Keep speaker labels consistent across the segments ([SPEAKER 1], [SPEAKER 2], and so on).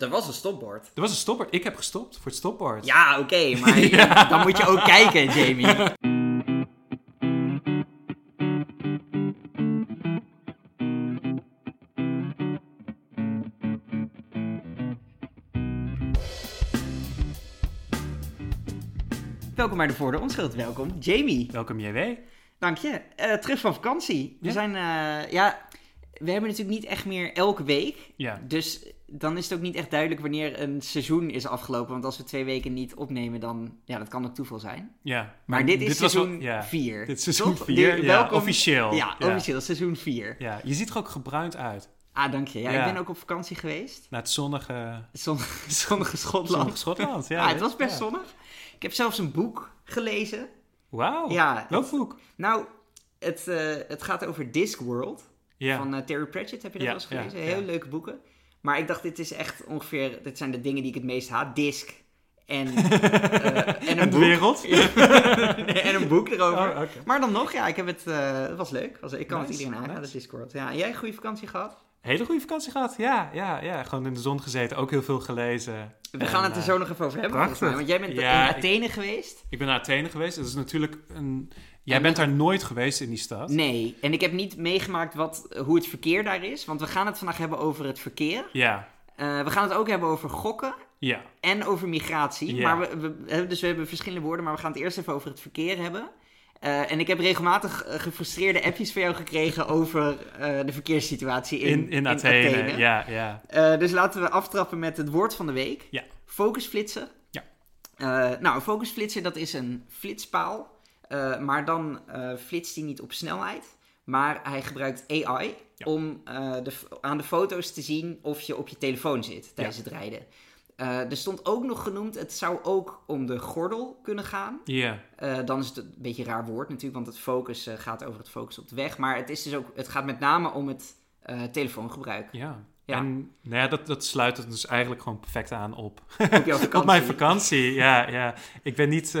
[SPEAKER 1] Er was een stopbord.
[SPEAKER 2] Er was een stopbord. Ik heb gestopt voor het stopbord.
[SPEAKER 1] Ja, oké, maar dan moet je ook kijken, Jamie. Welkom bij de Voor de Onschuld. Welkom, Jamie.
[SPEAKER 2] Welkom JW.
[SPEAKER 1] Dank je. Eh, terug van vakantie. We
[SPEAKER 2] Ja.
[SPEAKER 1] zijn, eh, ja, we hebben natuurlijk niet echt meer elke week.
[SPEAKER 2] Ja.
[SPEAKER 1] Dus dan is het ook niet echt duidelijk wanneer een seizoen is afgelopen. Want als we twee weken niet opnemen, dan, ja, dat kan ook toeval zijn. Maar,
[SPEAKER 2] ja.
[SPEAKER 1] dit is
[SPEAKER 2] was wel-
[SPEAKER 1] seizoen
[SPEAKER 2] ja.
[SPEAKER 1] 4.
[SPEAKER 2] Dit is seizoen 4. Ja, officieel.
[SPEAKER 1] Ja, officieel, seizoen 4.
[SPEAKER 2] Ja, je ziet er ook gebruind uit.
[SPEAKER 1] Ah, dank je. Ja,
[SPEAKER 2] Ja.
[SPEAKER 1] ik ben ook op vakantie geweest.
[SPEAKER 2] Naar het zonnige,
[SPEAKER 1] Zonnige, zonnige
[SPEAKER 2] zonnige
[SPEAKER 1] Schotland.
[SPEAKER 2] Schotland. Ja,
[SPEAKER 1] Ja, het
[SPEAKER 2] dit-
[SPEAKER 1] was best
[SPEAKER 2] ja.
[SPEAKER 1] zonnig. Ik heb zelfs een boek gelezen.
[SPEAKER 2] Wauw.
[SPEAKER 1] Ja,
[SPEAKER 2] Welk boek?
[SPEAKER 1] nou, het, eh, het gaat over Discworld.
[SPEAKER 2] Ja.
[SPEAKER 1] Van eh, Terry Pratchett heb je dat
[SPEAKER 2] Ja,
[SPEAKER 1] wel eens
[SPEAKER 2] ja,
[SPEAKER 1] gelezen.
[SPEAKER 2] ja.
[SPEAKER 1] Heel leuke boeken. Maar ik dacht, dit is echt ongeveer... Dit zijn de dingen die ik het meest haat. Disc en, eh, en
[SPEAKER 2] en
[SPEAKER 1] een
[SPEAKER 2] de
[SPEAKER 1] boek.
[SPEAKER 2] wereld.
[SPEAKER 1] Nee, en een boek erover.
[SPEAKER 2] Oh, oké.
[SPEAKER 1] Maar dan nog, ja, ik heb het... eh, het was leuk. Was, ik kan het
[SPEAKER 2] Nice,
[SPEAKER 1] iedereen aanraden,
[SPEAKER 2] nice.
[SPEAKER 1] Discord. Ja, en jij een goede vakantie gehad?
[SPEAKER 2] Hele goede vakantie gehad. Ja, ja, ja. Gewoon in de zon gezeten. Ook heel veel gelezen.
[SPEAKER 1] We
[SPEAKER 2] En,
[SPEAKER 1] gaan het er
[SPEAKER 2] eh,
[SPEAKER 1] zo nog even over hebben, volgens
[SPEAKER 2] prachtig.
[SPEAKER 1] mij. Want jij bent
[SPEAKER 2] Ja,
[SPEAKER 1] in
[SPEAKER 2] ik-
[SPEAKER 1] Athene geweest?
[SPEAKER 2] Ik ben naar Athene geweest. Dat is natuurlijk een... Jij
[SPEAKER 1] En-
[SPEAKER 2] bent daar nooit geweest in die stad.
[SPEAKER 1] Nee. En ik heb niet meegemaakt wat, hoe het verkeer daar is. Want we gaan het vandaag hebben over het verkeer.
[SPEAKER 2] Ja,
[SPEAKER 1] Eh, we gaan het ook hebben over gokken.
[SPEAKER 2] ja.
[SPEAKER 1] en over migratie.
[SPEAKER 2] Ja.
[SPEAKER 1] Maar we, we- hè, dus we hebben verschillende woorden, maar we gaan het eerst even over het verkeer hebben. Eh, en ik heb regelmatig eh, gefrustreerde appjes van jou gekregen over eh, de verkeerssituatie in,
[SPEAKER 2] In, in, Athene. Ja, ja.
[SPEAKER 1] Eh, dus laten we aftrappen met het woord van de week.
[SPEAKER 2] Ja.
[SPEAKER 1] Focusflitsen.
[SPEAKER 2] Ja.
[SPEAKER 1] Eh, nou, een focusflitser dat is een flitspaal, eh, maar dan eh, flitst hij niet op snelheid, maar hij gebruikt AI
[SPEAKER 2] Ja.
[SPEAKER 1] om eh, de, f- aan de foto's te zien of je op je telefoon zit tijdens het rijden. Eh, er stond ook nog genoemd, het zou ook om de gordel kunnen gaan.
[SPEAKER 2] Ja.
[SPEAKER 1] Eh, dan is het een beetje een raar woord natuurlijk, want het focus eh, gaat over het focus op de weg. Maar het, is dus ook, het gaat met name om het eh, telefoongebruik.
[SPEAKER 2] Ja.
[SPEAKER 1] Ja.
[SPEAKER 2] En nou ja, dat, dat sluit het dus eigenlijk gewoon perfect aan op,
[SPEAKER 1] Op jouw vakantie.
[SPEAKER 2] op mijn vakantie. Ja, ja. Ik ben niet eh,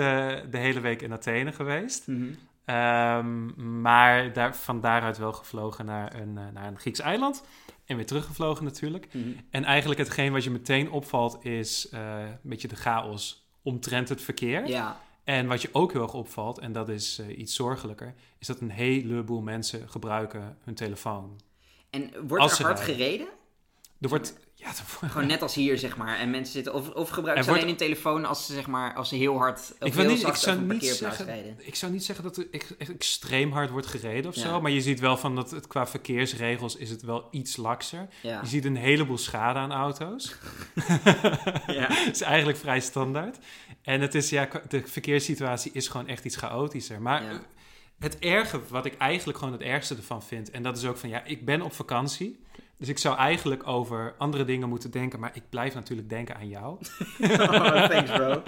[SPEAKER 2] de hele week in Athene geweest.
[SPEAKER 1] Mhm.
[SPEAKER 2] Ehm, maar daar, van daaruit wel gevlogen naar een, eh, naar een Grieks eiland. En weer teruggevlogen natuurlijk.
[SPEAKER 1] Mhm.
[SPEAKER 2] En eigenlijk hetgeen wat je meteen opvalt is eh, een beetje de chaos omtrent het verkeer.
[SPEAKER 1] Ja,
[SPEAKER 2] En wat je ook heel erg opvalt, en dat is eh, iets zorgelijker, is dat een heleboel mensen gebruiken hun telefoon.
[SPEAKER 1] en wordt
[SPEAKER 2] Als
[SPEAKER 1] er
[SPEAKER 2] ze
[SPEAKER 1] hard
[SPEAKER 2] rijden.
[SPEAKER 1] gereden?
[SPEAKER 2] Er wordt... Ja, er wordt-
[SPEAKER 1] Gewoon net als hier, zeg maar. En mensen zitten, of, of gebruiken
[SPEAKER 2] Er
[SPEAKER 1] ze
[SPEAKER 2] wordt-
[SPEAKER 1] alleen hun telefoon als ze, zeg maar, als ze heel hard of
[SPEAKER 2] Ik, wil
[SPEAKER 1] heel
[SPEAKER 2] niet, ik,
[SPEAKER 1] zacht
[SPEAKER 2] zou
[SPEAKER 1] over een
[SPEAKER 2] niet
[SPEAKER 1] parkeerplaats
[SPEAKER 2] zeggen,
[SPEAKER 1] rijden.
[SPEAKER 2] ik zou niet zeggen dat er ex- echt extreem hard wordt gereden of
[SPEAKER 1] Ja.
[SPEAKER 2] zo. Maar je ziet wel van dat het qua verkeersregels is het wel iets lakser.
[SPEAKER 1] Ja.
[SPEAKER 2] Je ziet een heleboel schade aan auto's.
[SPEAKER 1] ja.
[SPEAKER 2] dat is eigenlijk vrij standaard. En het is, ja, de verkeerssituatie is gewoon echt iets chaotischer. Maar
[SPEAKER 1] Ja.
[SPEAKER 2] het erge, wat ik eigenlijk gewoon het ergste ervan vind... en dat is ook van, ja, ik ben op vakantie... Dus ik zou eigenlijk over andere dingen moeten denken, maar ik blijf natuurlijk denken aan jou.
[SPEAKER 1] Oh, thanks bro.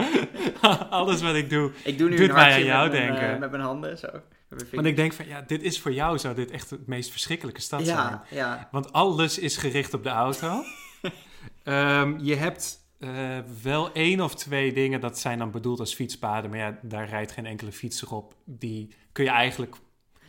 [SPEAKER 2] Alles wat ik doe,
[SPEAKER 1] Ik doe nu
[SPEAKER 2] Doet
[SPEAKER 1] een
[SPEAKER 2] mij
[SPEAKER 1] hartje
[SPEAKER 2] aan jou
[SPEAKER 1] met, mijn,
[SPEAKER 2] denken.
[SPEAKER 1] eh, met mijn handen, zo. Met mijn vingers.
[SPEAKER 2] Want ik denk van, ja, dit is voor jou zou dit echt het meest verschrikkelijke stad zijn.
[SPEAKER 1] Ja, ja.
[SPEAKER 2] Want alles is gericht op de auto. Ehm, je hebt eh, wel één of twee dingen dat zijn dan bedoeld als fietspaden. Maar ja, daar rijdt geen enkele fietser op. Die kun je eigenlijk...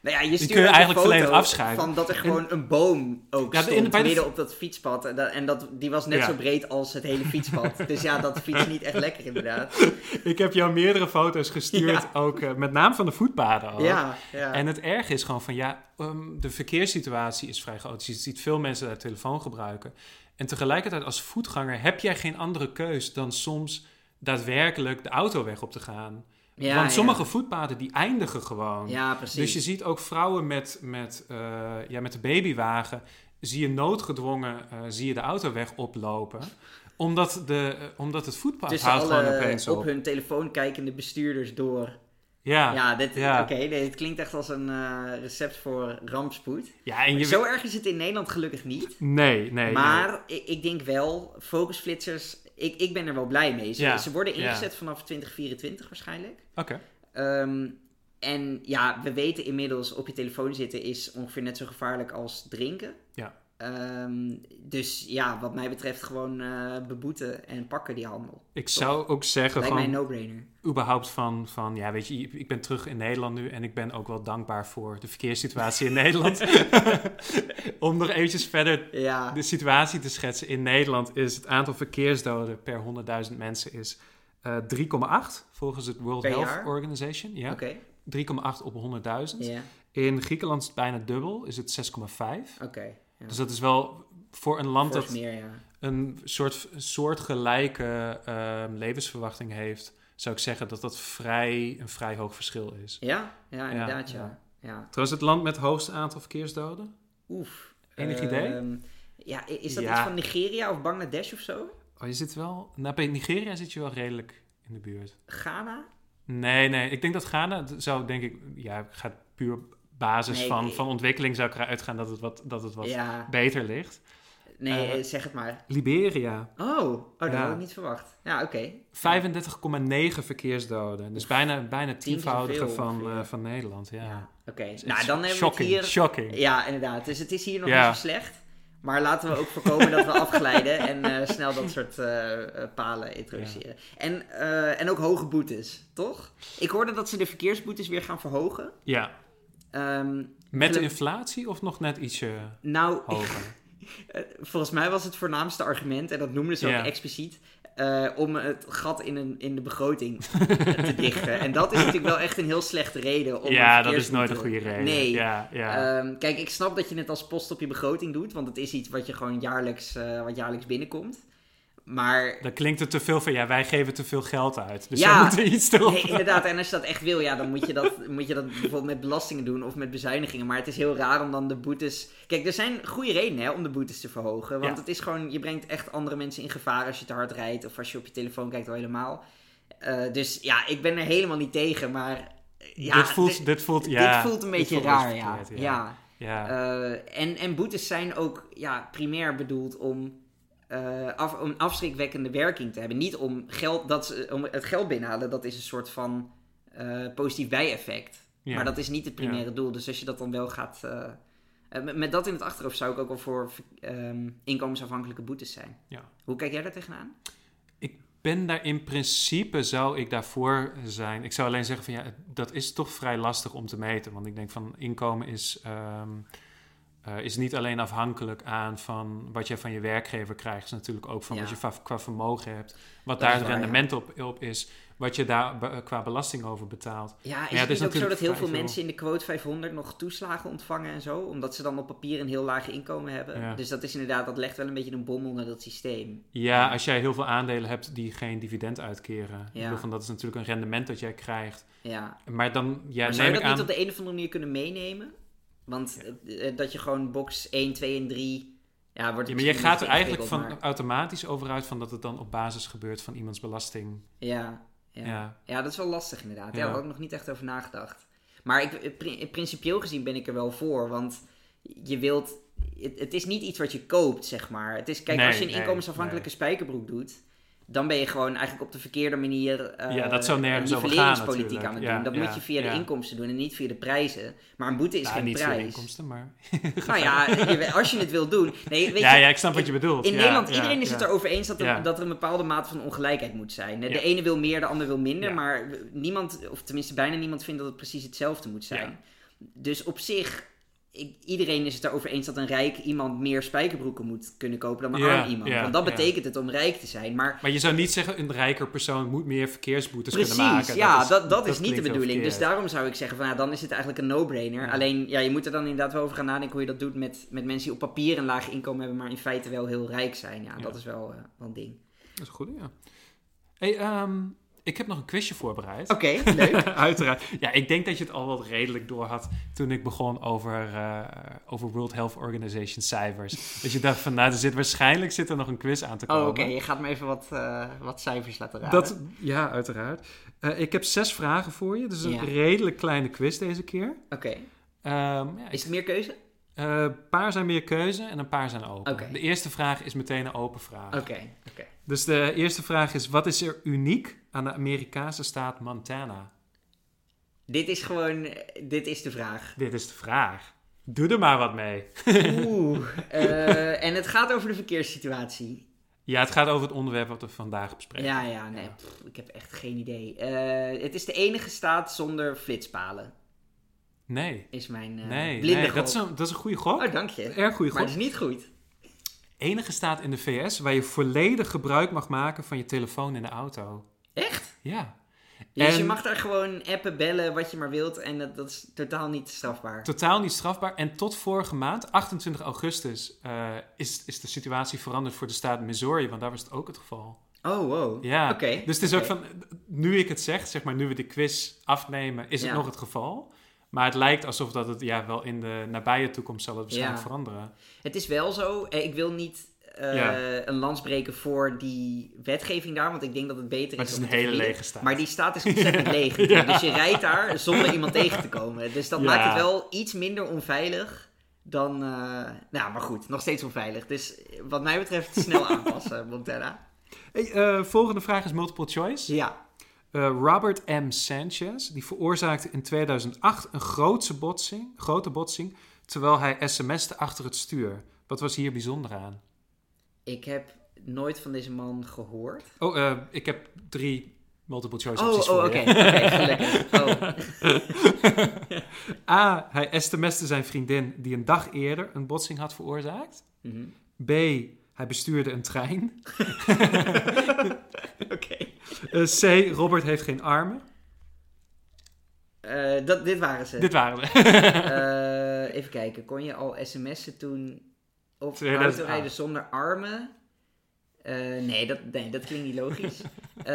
[SPEAKER 1] Nou ja, je stuurt
[SPEAKER 2] kun je
[SPEAKER 1] ook een
[SPEAKER 2] eigenlijk
[SPEAKER 1] foto
[SPEAKER 2] volledig afschrijven.
[SPEAKER 1] van dat er gewoon een boom ook
[SPEAKER 2] Ja, de- in-
[SPEAKER 1] stond
[SPEAKER 2] bij de-
[SPEAKER 1] midden op dat fietspad. En, dat, en dat, die was net
[SPEAKER 2] Ja.
[SPEAKER 1] zo breed als het hele fietspad. dus ja, dat fiets niet echt lekker inderdaad.
[SPEAKER 2] Ik heb jou meerdere foto's gestuurd,
[SPEAKER 1] Ja.
[SPEAKER 2] ook eh, met name van de voetpaden ook.
[SPEAKER 1] Ja, ja.
[SPEAKER 2] Oh. En het erg is gewoon van ja, ehm, de verkeerssituatie is vrij chaotisch. Je ziet veel mensen daar telefoon gebruiken. En tegelijkertijd als voetganger heb jij geen andere keus dan soms daadwerkelijk de autoweg op te gaan.
[SPEAKER 1] Ja,
[SPEAKER 2] Want
[SPEAKER 1] ja.
[SPEAKER 2] sommige voetpaden die eindigen gewoon.
[SPEAKER 1] Ja, precies.
[SPEAKER 2] dus je ziet ook vrouwen met, met, eh, ja, met de babywagen, zie je noodgedwongen eh, zie je de autoweg oplopen. Omdat, de, eh, omdat het voetpad
[SPEAKER 1] Tussen
[SPEAKER 2] houdt gewoon
[SPEAKER 1] Dus alle
[SPEAKER 2] opeens op.
[SPEAKER 1] op hun telefoon kijkende bestuurders door.
[SPEAKER 2] Ja, ja.
[SPEAKER 1] Ja, dit,
[SPEAKER 2] Ja.
[SPEAKER 1] oké, nee, dit klinkt echt als een eh, recept voor rampspoed.
[SPEAKER 2] en je...
[SPEAKER 1] Zo erg is het in Nederland gelukkig niet.
[SPEAKER 2] Nee, nee. nee.
[SPEAKER 1] maar ik, ik denk wel, focusflitsers, ik, ik ben er wel blij mee. Ze,
[SPEAKER 2] Ja,
[SPEAKER 1] ze worden
[SPEAKER 2] ja.
[SPEAKER 1] ingezet vanaf 2024 waarschijnlijk.
[SPEAKER 2] Oké.
[SPEAKER 1] Ehm, en ja, we weten inmiddels op je telefoon zitten is ongeveer net zo gevaarlijk als drinken.
[SPEAKER 2] Ja.
[SPEAKER 1] Ehm, dus ja, wat mij betreft gewoon eh, beboeten en pakken die handel.
[SPEAKER 2] Ik zou ook zeggen
[SPEAKER 1] Lijkt mij een
[SPEAKER 2] van,
[SPEAKER 1] no-brainer.
[SPEAKER 2] überhaupt van, van, ja weet je, ik ben terug in Nederland nu en ik ben ook wel dankbaar voor de verkeerssituatie in Nederland. Om nog eventjes verder
[SPEAKER 1] Ja,
[SPEAKER 2] de situatie te schetsen. In Nederland is het aantal verkeersdoden per 100.000 mensen is eh, 3,8 volgens het World
[SPEAKER 1] Per
[SPEAKER 2] Health
[SPEAKER 1] jaar?
[SPEAKER 2] Organization. Ja,
[SPEAKER 1] oké.
[SPEAKER 2] 3,8 op 100.000.
[SPEAKER 1] Ja,
[SPEAKER 2] In Griekenland is het bijna dubbel, is het 6,5.
[SPEAKER 1] oké. Ja.
[SPEAKER 2] Dus dat is wel voor een land
[SPEAKER 1] Fors
[SPEAKER 2] dat
[SPEAKER 1] meer, ja.
[SPEAKER 2] een soort, soort gelijke ehm, levensverwachting heeft, zou ik zeggen dat dat vrij, een vrij hoog verschil is.
[SPEAKER 1] Ja, ja, inderdaad, ja.
[SPEAKER 2] ja.
[SPEAKER 1] ja.
[SPEAKER 2] Trouwens, het land met het hoogste aantal verkeersdoden?
[SPEAKER 1] Oef.
[SPEAKER 2] Enig
[SPEAKER 1] Ehm,
[SPEAKER 2] idee?
[SPEAKER 1] Ja, i- is dat
[SPEAKER 2] Ja.
[SPEAKER 1] iets van Nigeria of Bangladesh of zo?
[SPEAKER 2] Oh, je zit wel... Nou, bij Nigeria zit je wel redelijk in de buurt.
[SPEAKER 1] Ghana?
[SPEAKER 2] Nee, nee. Ik denk dat Ghana d- zou, denk ik... Ja, gaat puur basis
[SPEAKER 1] Nee,
[SPEAKER 2] van,
[SPEAKER 1] ik-
[SPEAKER 2] van ontwikkeling zou ik eruit gaan dat het wat, dat het wat
[SPEAKER 1] Ja,
[SPEAKER 2] beter ligt.
[SPEAKER 1] nee,
[SPEAKER 2] Eh,
[SPEAKER 1] eh, zeg het maar.
[SPEAKER 2] Liberia,
[SPEAKER 1] Oh, oh dat
[SPEAKER 2] ja.
[SPEAKER 1] had ik niet verwacht. Ja, oké.
[SPEAKER 2] 35,9 verkeersdoden. Dus bijna, bijna tienvoudige
[SPEAKER 1] zoveel
[SPEAKER 2] van,
[SPEAKER 1] ongeveer.
[SPEAKER 2] eh, van Nederland, ja.
[SPEAKER 1] Oké,
[SPEAKER 2] Dus het
[SPEAKER 1] nou
[SPEAKER 2] is
[SPEAKER 1] dan hebben
[SPEAKER 2] shocking,
[SPEAKER 1] we het hier...
[SPEAKER 2] Shocking.
[SPEAKER 1] Ja, inderdaad. Dus het is hier nog
[SPEAKER 2] Ja.
[SPEAKER 1] niet zo slecht. Maar laten we ook voorkomen dat we afglijden en eh, snel dat soort eh, eh, palen introduceren. En, eh, en ook hoge boetes, toch? Ik hoorde dat ze de verkeersboetes weer gaan verhogen.
[SPEAKER 2] Ja,
[SPEAKER 1] Ehm,
[SPEAKER 2] met de
[SPEAKER 1] Geluk-
[SPEAKER 2] inflatie of nog net ietsje
[SPEAKER 1] nou,
[SPEAKER 2] hoger?
[SPEAKER 1] eh, volgens mij was het voornaamste argument, en dat noemden ze
[SPEAKER 2] Ja.
[SPEAKER 1] ook expliciet, eh, om het gat in, een, in de begroting te dichten. En dat is natuurlijk wel echt een heel slechte reden. Om
[SPEAKER 2] ja,
[SPEAKER 1] een
[SPEAKER 2] dat is nooit een goede
[SPEAKER 1] verkeersboete-
[SPEAKER 2] reden.
[SPEAKER 1] Nee,
[SPEAKER 2] Ja, ja.
[SPEAKER 1] Ehm, kijk, ik snap dat je het als post op je begroting doet, want het is iets wat je gewoon jaarlijks, eh, wat jaarlijks binnenkomt. Maar
[SPEAKER 2] Dan klinkt het te veel van, ja, wij geven te veel geld uit. Dus
[SPEAKER 1] Ja.
[SPEAKER 2] we moeten iets erop.
[SPEAKER 1] nee, inderdaad, en als je dat echt wil, ja, dan moet je, dat, moet je dat bijvoorbeeld met belastingen doen of met bezuinigingen. Maar het is heel raar om dan de boetes. Kijk, er zijn goede redenen hè, om de boetes te verhogen. Want
[SPEAKER 2] Ja.
[SPEAKER 1] het is gewoon, je brengt echt andere mensen in gevaar als je te hard rijdt of als je op je telefoon kijkt al helemaal. Eh, dus ja, ja, ik ben er helemaal niet tegen, maar. eh, Ja,
[SPEAKER 2] dit, voelt,
[SPEAKER 1] dit-
[SPEAKER 2] dit voelt, ja,
[SPEAKER 1] dit voelt een beetje
[SPEAKER 2] voelt best
[SPEAKER 1] raar, ja.
[SPEAKER 2] verkeerd, ja.
[SPEAKER 1] ja.
[SPEAKER 2] Ja.
[SPEAKER 1] Eh, en, en boetes zijn ook ja, primair bedoeld om eh, af, om een afschrikwekkende werking te hebben. Niet om, geld, dat ze, om het geld binnenhalen, dat is een soort van eh, positief bijeffect.
[SPEAKER 2] Ja.
[SPEAKER 1] Maar dat is niet het primaire doel. Dus als je dat dan wel gaat. eh, eh, met, met dat in het achterhoofd zou ik ook wel voor ehm, inkomensafhankelijke boetes zijn.
[SPEAKER 2] Ja.
[SPEAKER 1] Hoe kijk jij daar tegenaan?
[SPEAKER 2] ben daar in principe zou ik daarvoor zijn. Ik zou alleen zeggen van ja, het- dat is toch vrij lastig om te meten. Want ik denk van inkomen is, ehm, eh, is niet alleen afhankelijk aan van wat je van je werkgever krijgt. Is natuurlijk ook van
[SPEAKER 1] Ja.
[SPEAKER 2] wat je va- qua vermogen hebt. Wat
[SPEAKER 1] Dat
[SPEAKER 2] daar
[SPEAKER 1] is
[SPEAKER 2] het
[SPEAKER 1] waar, ja.
[SPEAKER 2] rendement op, op is. Wat je daar be- eh, qua belasting over betaalt.
[SPEAKER 1] Ja, is
[SPEAKER 2] Ja,
[SPEAKER 1] het
[SPEAKER 2] het is
[SPEAKER 1] niet ook zo
[SPEAKER 2] natuurlijk
[SPEAKER 1] dat heel veel
[SPEAKER 2] vrij veel.
[SPEAKER 1] mensen in de quote 500 nog toeslagen ontvangen en zo? Omdat ze dan op papier een heel laag inkomen hebben.
[SPEAKER 2] Ja.
[SPEAKER 1] Dus dat is inderdaad, dat legt wel een beetje een bom onder dat systeem.
[SPEAKER 2] Ja, als jij heel veel aandelen hebt die geen dividend uitkeren. Ik
[SPEAKER 1] Ja.
[SPEAKER 2] bedoel van dat is natuurlijk een rendement dat jij krijgt.
[SPEAKER 1] Ja.
[SPEAKER 2] Maar dan ja,
[SPEAKER 1] maar zou
[SPEAKER 2] neem
[SPEAKER 1] je dat
[SPEAKER 2] ik aan.
[SPEAKER 1] niet op de een of andere manier kunnen meenemen? Want eh, eh, dat je gewoon box 1, 2 en 3... Ja, wordt
[SPEAKER 2] Ja,
[SPEAKER 1] het
[SPEAKER 2] maar je
[SPEAKER 1] misschien
[SPEAKER 2] gaat
[SPEAKER 1] een
[SPEAKER 2] er
[SPEAKER 1] beetje
[SPEAKER 2] eigenlijk van
[SPEAKER 1] ingewikkeld,
[SPEAKER 2] automatisch over uit van dat het dan op basis gebeurt van iemands belasting.
[SPEAKER 1] maar- Ja, ja.
[SPEAKER 2] Ja.
[SPEAKER 1] ja. dat is wel lastig inderdaad. Ja,
[SPEAKER 2] Ja.
[SPEAKER 1] daar had ik nog niet echt over nagedacht. Maar ik, eh, pri- eh, principieel gezien ben ik er wel voor, want je wilt... Het, het is niet iets wat je koopt, zeg maar. Het is, kijk,
[SPEAKER 2] Nee,
[SPEAKER 1] als je een
[SPEAKER 2] nee,
[SPEAKER 1] inkomensafhankelijke spijkerbroek doet... Dan ben je gewoon eigenlijk op de verkeerde manier eh
[SPEAKER 2] Ja, dat zou nergens over gaan
[SPEAKER 1] nivelleringspolitiek aan het
[SPEAKER 2] natuurlijk.
[SPEAKER 1] doen.
[SPEAKER 2] Ja,
[SPEAKER 1] dat
[SPEAKER 2] ja,
[SPEAKER 1] moet je via
[SPEAKER 2] ja.
[SPEAKER 1] de inkomsten doen en niet via de prijzen. Maar een boete is
[SPEAKER 2] Nou,
[SPEAKER 1] geen
[SPEAKER 2] niet
[SPEAKER 1] prijs.
[SPEAKER 2] veel inkomsten, maar.
[SPEAKER 1] Nou ja, je weet- als je het wil doen. Nee, weet
[SPEAKER 2] ja,
[SPEAKER 1] je,
[SPEAKER 2] ja, ik snap wat je bedoelt.
[SPEAKER 1] in
[SPEAKER 2] Ja,
[SPEAKER 1] Nederland,
[SPEAKER 2] ja,
[SPEAKER 1] iedereen is
[SPEAKER 2] ja.
[SPEAKER 1] het erover eens dat er,
[SPEAKER 2] Ja.
[SPEAKER 1] dat er een bepaalde mate van ongelijkheid moet zijn. De
[SPEAKER 2] Ja.
[SPEAKER 1] ene wil meer, de ander wil minder.
[SPEAKER 2] Ja.
[SPEAKER 1] Maar niemand, of tenminste bijna niemand, vindt dat het precies hetzelfde moet zijn. Dus op zich, ik- iedereen is het erover eens dat een rijk iemand meer spijkerbroeken moet kunnen kopen dan een
[SPEAKER 2] Ja,
[SPEAKER 1] arm iemand.
[SPEAKER 2] ja,
[SPEAKER 1] Want dat
[SPEAKER 2] ja.
[SPEAKER 1] betekent het om rijk te zijn. Maar
[SPEAKER 2] Maar je zou niet zeggen, een rijker persoon moet meer verkeersboetes dus kunnen maken.
[SPEAKER 1] Precies, ja, dat, dat, is niet de
[SPEAKER 2] klinkt heel
[SPEAKER 1] bedoeling. Dus
[SPEAKER 2] verkeerd.
[SPEAKER 1] daarom zou ik zeggen, van, nou, dan is het eigenlijk een no-brainer.
[SPEAKER 2] Ja.
[SPEAKER 1] Alleen, ja, je moet er dan inderdaad wel over gaan nadenken hoe je dat doet met, met mensen die op papier een laag inkomen hebben, maar in feite wel heel rijk zijn. Ja,
[SPEAKER 2] Ja.
[SPEAKER 1] dat is wel, eh, wel een ding.
[SPEAKER 2] Dat is goed, ja. Hey, ehm, ik heb nog een quizje voorbereid.
[SPEAKER 1] Oké, leuk.
[SPEAKER 2] Uiteraard. Ja, ik denk dat je het al wel redelijk door had toen ik begon over, eh, over World Health Organization cijfers. Dus je dacht van, nou, er zit, waarschijnlijk zit er nog een quiz aan te
[SPEAKER 1] Oh,
[SPEAKER 2] komen.
[SPEAKER 1] oké, je gaat me even wat, eh, wat cijfers laten raden.
[SPEAKER 2] Dat, ja, uiteraard. Eh, ik heb zes vragen voor je. Dus een
[SPEAKER 1] Ja.
[SPEAKER 2] redelijk kleine quiz deze keer.
[SPEAKER 1] Oké,
[SPEAKER 2] Ehm, ja,
[SPEAKER 1] is het meer keuze?
[SPEAKER 2] eh, een paar zijn meer keuze en een paar zijn open.
[SPEAKER 1] Oké.
[SPEAKER 2] De eerste vraag is meteen een open vraag.
[SPEAKER 1] Oké, oké.
[SPEAKER 2] Dus de eerste vraag is: wat is er uniek aan de Amerikaanse staat Montana?
[SPEAKER 1] eh, Dit is gewoon, dit is de vraag.
[SPEAKER 2] Dit is de vraag. Doe er maar wat mee.
[SPEAKER 1] Oeh. eh, en het gaat over de verkeerssituatie.
[SPEAKER 2] Ja, het gaat over het onderwerp wat we vandaag bespreken.
[SPEAKER 1] Ja, ja, nee. pff, ik heb echt geen idee. Eh, het is de enige staat zonder flitspalen,
[SPEAKER 2] Nee,
[SPEAKER 1] is mijn eh
[SPEAKER 2] nee,
[SPEAKER 1] blinde
[SPEAKER 2] nee. Dat, is
[SPEAKER 1] gok.
[SPEAKER 2] een, dat is een goede gok.
[SPEAKER 1] Oh, dank je.
[SPEAKER 2] Erg goede
[SPEAKER 1] Maar
[SPEAKER 2] gok.
[SPEAKER 1] het is niet goed.
[SPEAKER 2] Enige staat in de VS waar je volledig gebruik mag maken van je telefoon in de auto.
[SPEAKER 1] Echt?
[SPEAKER 2] Ja,
[SPEAKER 1] Dus je
[SPEAKER 2] En-
[SPEAKER 1] mag daar gewoon appen, bellen, wat je maar wilt. En dat, dat is totaal niet strafbaar.
[SPEAKER 2] totaal niet strafbaar. En tot vorige maand, 28 augustus, eh, is, is de situatie veranderd voor de staat Missouri, want daar was het ook het geval.
[SPEAKER 1] Oh, wow.
[SPEAKER 2] Ja,
[SPEAKER 1] Oké.
[SPEAKER 2] dus het is ook van, nu ik het zeg, zeg maar, nu we de quiz afnemen, is
[SPEAKER 1] Ja.
[SPEAKER 2] het nog het geval. Maar het lijkt alsof dat het ja, wel in de nabije toekomst zal het waarschijnlijk
[SPEAKER 1] Ja.
[SPEAKER 2] veranderen.
[SPEAKER 1] Het is wel zo. eh, Ik wil niet eh,
[SPEAKER 2] Ja.
[SPEAKER 1] een lans breken voor die wetgeving daar, want ik denk dat het beter
[SPEAKER 2] Maar
[SPEAKER 1] is.
[SPEAKER 2] het is
[SPEAKER 1] om
[SPEAKER 2] een
[SPEAKER 1] te
[SPEAKER 2] hele
[SPEAKER 1] verbieden.
[SPEAKER 2] lege staat.
[SPEAKER 1] Maar die staat is ontzettend leeg. natuurlijk. Dus je rijdt daar zonder iemand tegen te komen. Dus dat
[SPEAKER 2] Ja.
[SPEAKER 1] maakt het wel iets minder onveilig dan. eh, nou, maar goed, nog steeds onveilig. Dus eh, wat mij betreft snel aanpassen, Montana.
[SPEAKER 2] Hey, eh, volgende vraag is multiple choice.
[SPEAKER 1] Ja.
[SPEAKER 2] Eh, Robert M. Sanchez, die veroorzaakte in 2008 een grootse botsing, grote botsing, terwijl hij sms'te achter het stuur. Wat was hier bijzonder aan?
[SPEAKER 1] Ik heb nooit van deze man gehoord.
[SPEAKER 2] Oh, eh, ik heb drie multiple choice
[SPEAKER 1] Oh,
[SPEAKER 2] opties
[SPEAKER 1] oh oké.
[SPEAKER 2] voor je.
[SPEAKER 1] Oké, gelukkig. Oh.
[SPEAKER 2] A. Hij sms'te zijn vriendin die een dag eerder een botsing had veroorzaakt.
[SPEAKER 1] Mhm.
[SPEAKER 2] B. Hij bestuurde een trein.
[SPEAKER 1] Oké.
[SPEAKER 2] Eh, C. Robert heeft geen armen.
[SPEAKER 1] Eh, dat, dit waren ze.
[SPEAKER 2] Dit waren ze.
[SPEAKER 1] Eh, even kijken, kon je al sms'en toen op
[SPEAKER 2] 2008?
[SPEAKER 1] autorijden zonder armen? Eh, nee, dat, nee, dat klinkt niet logisch. Eh,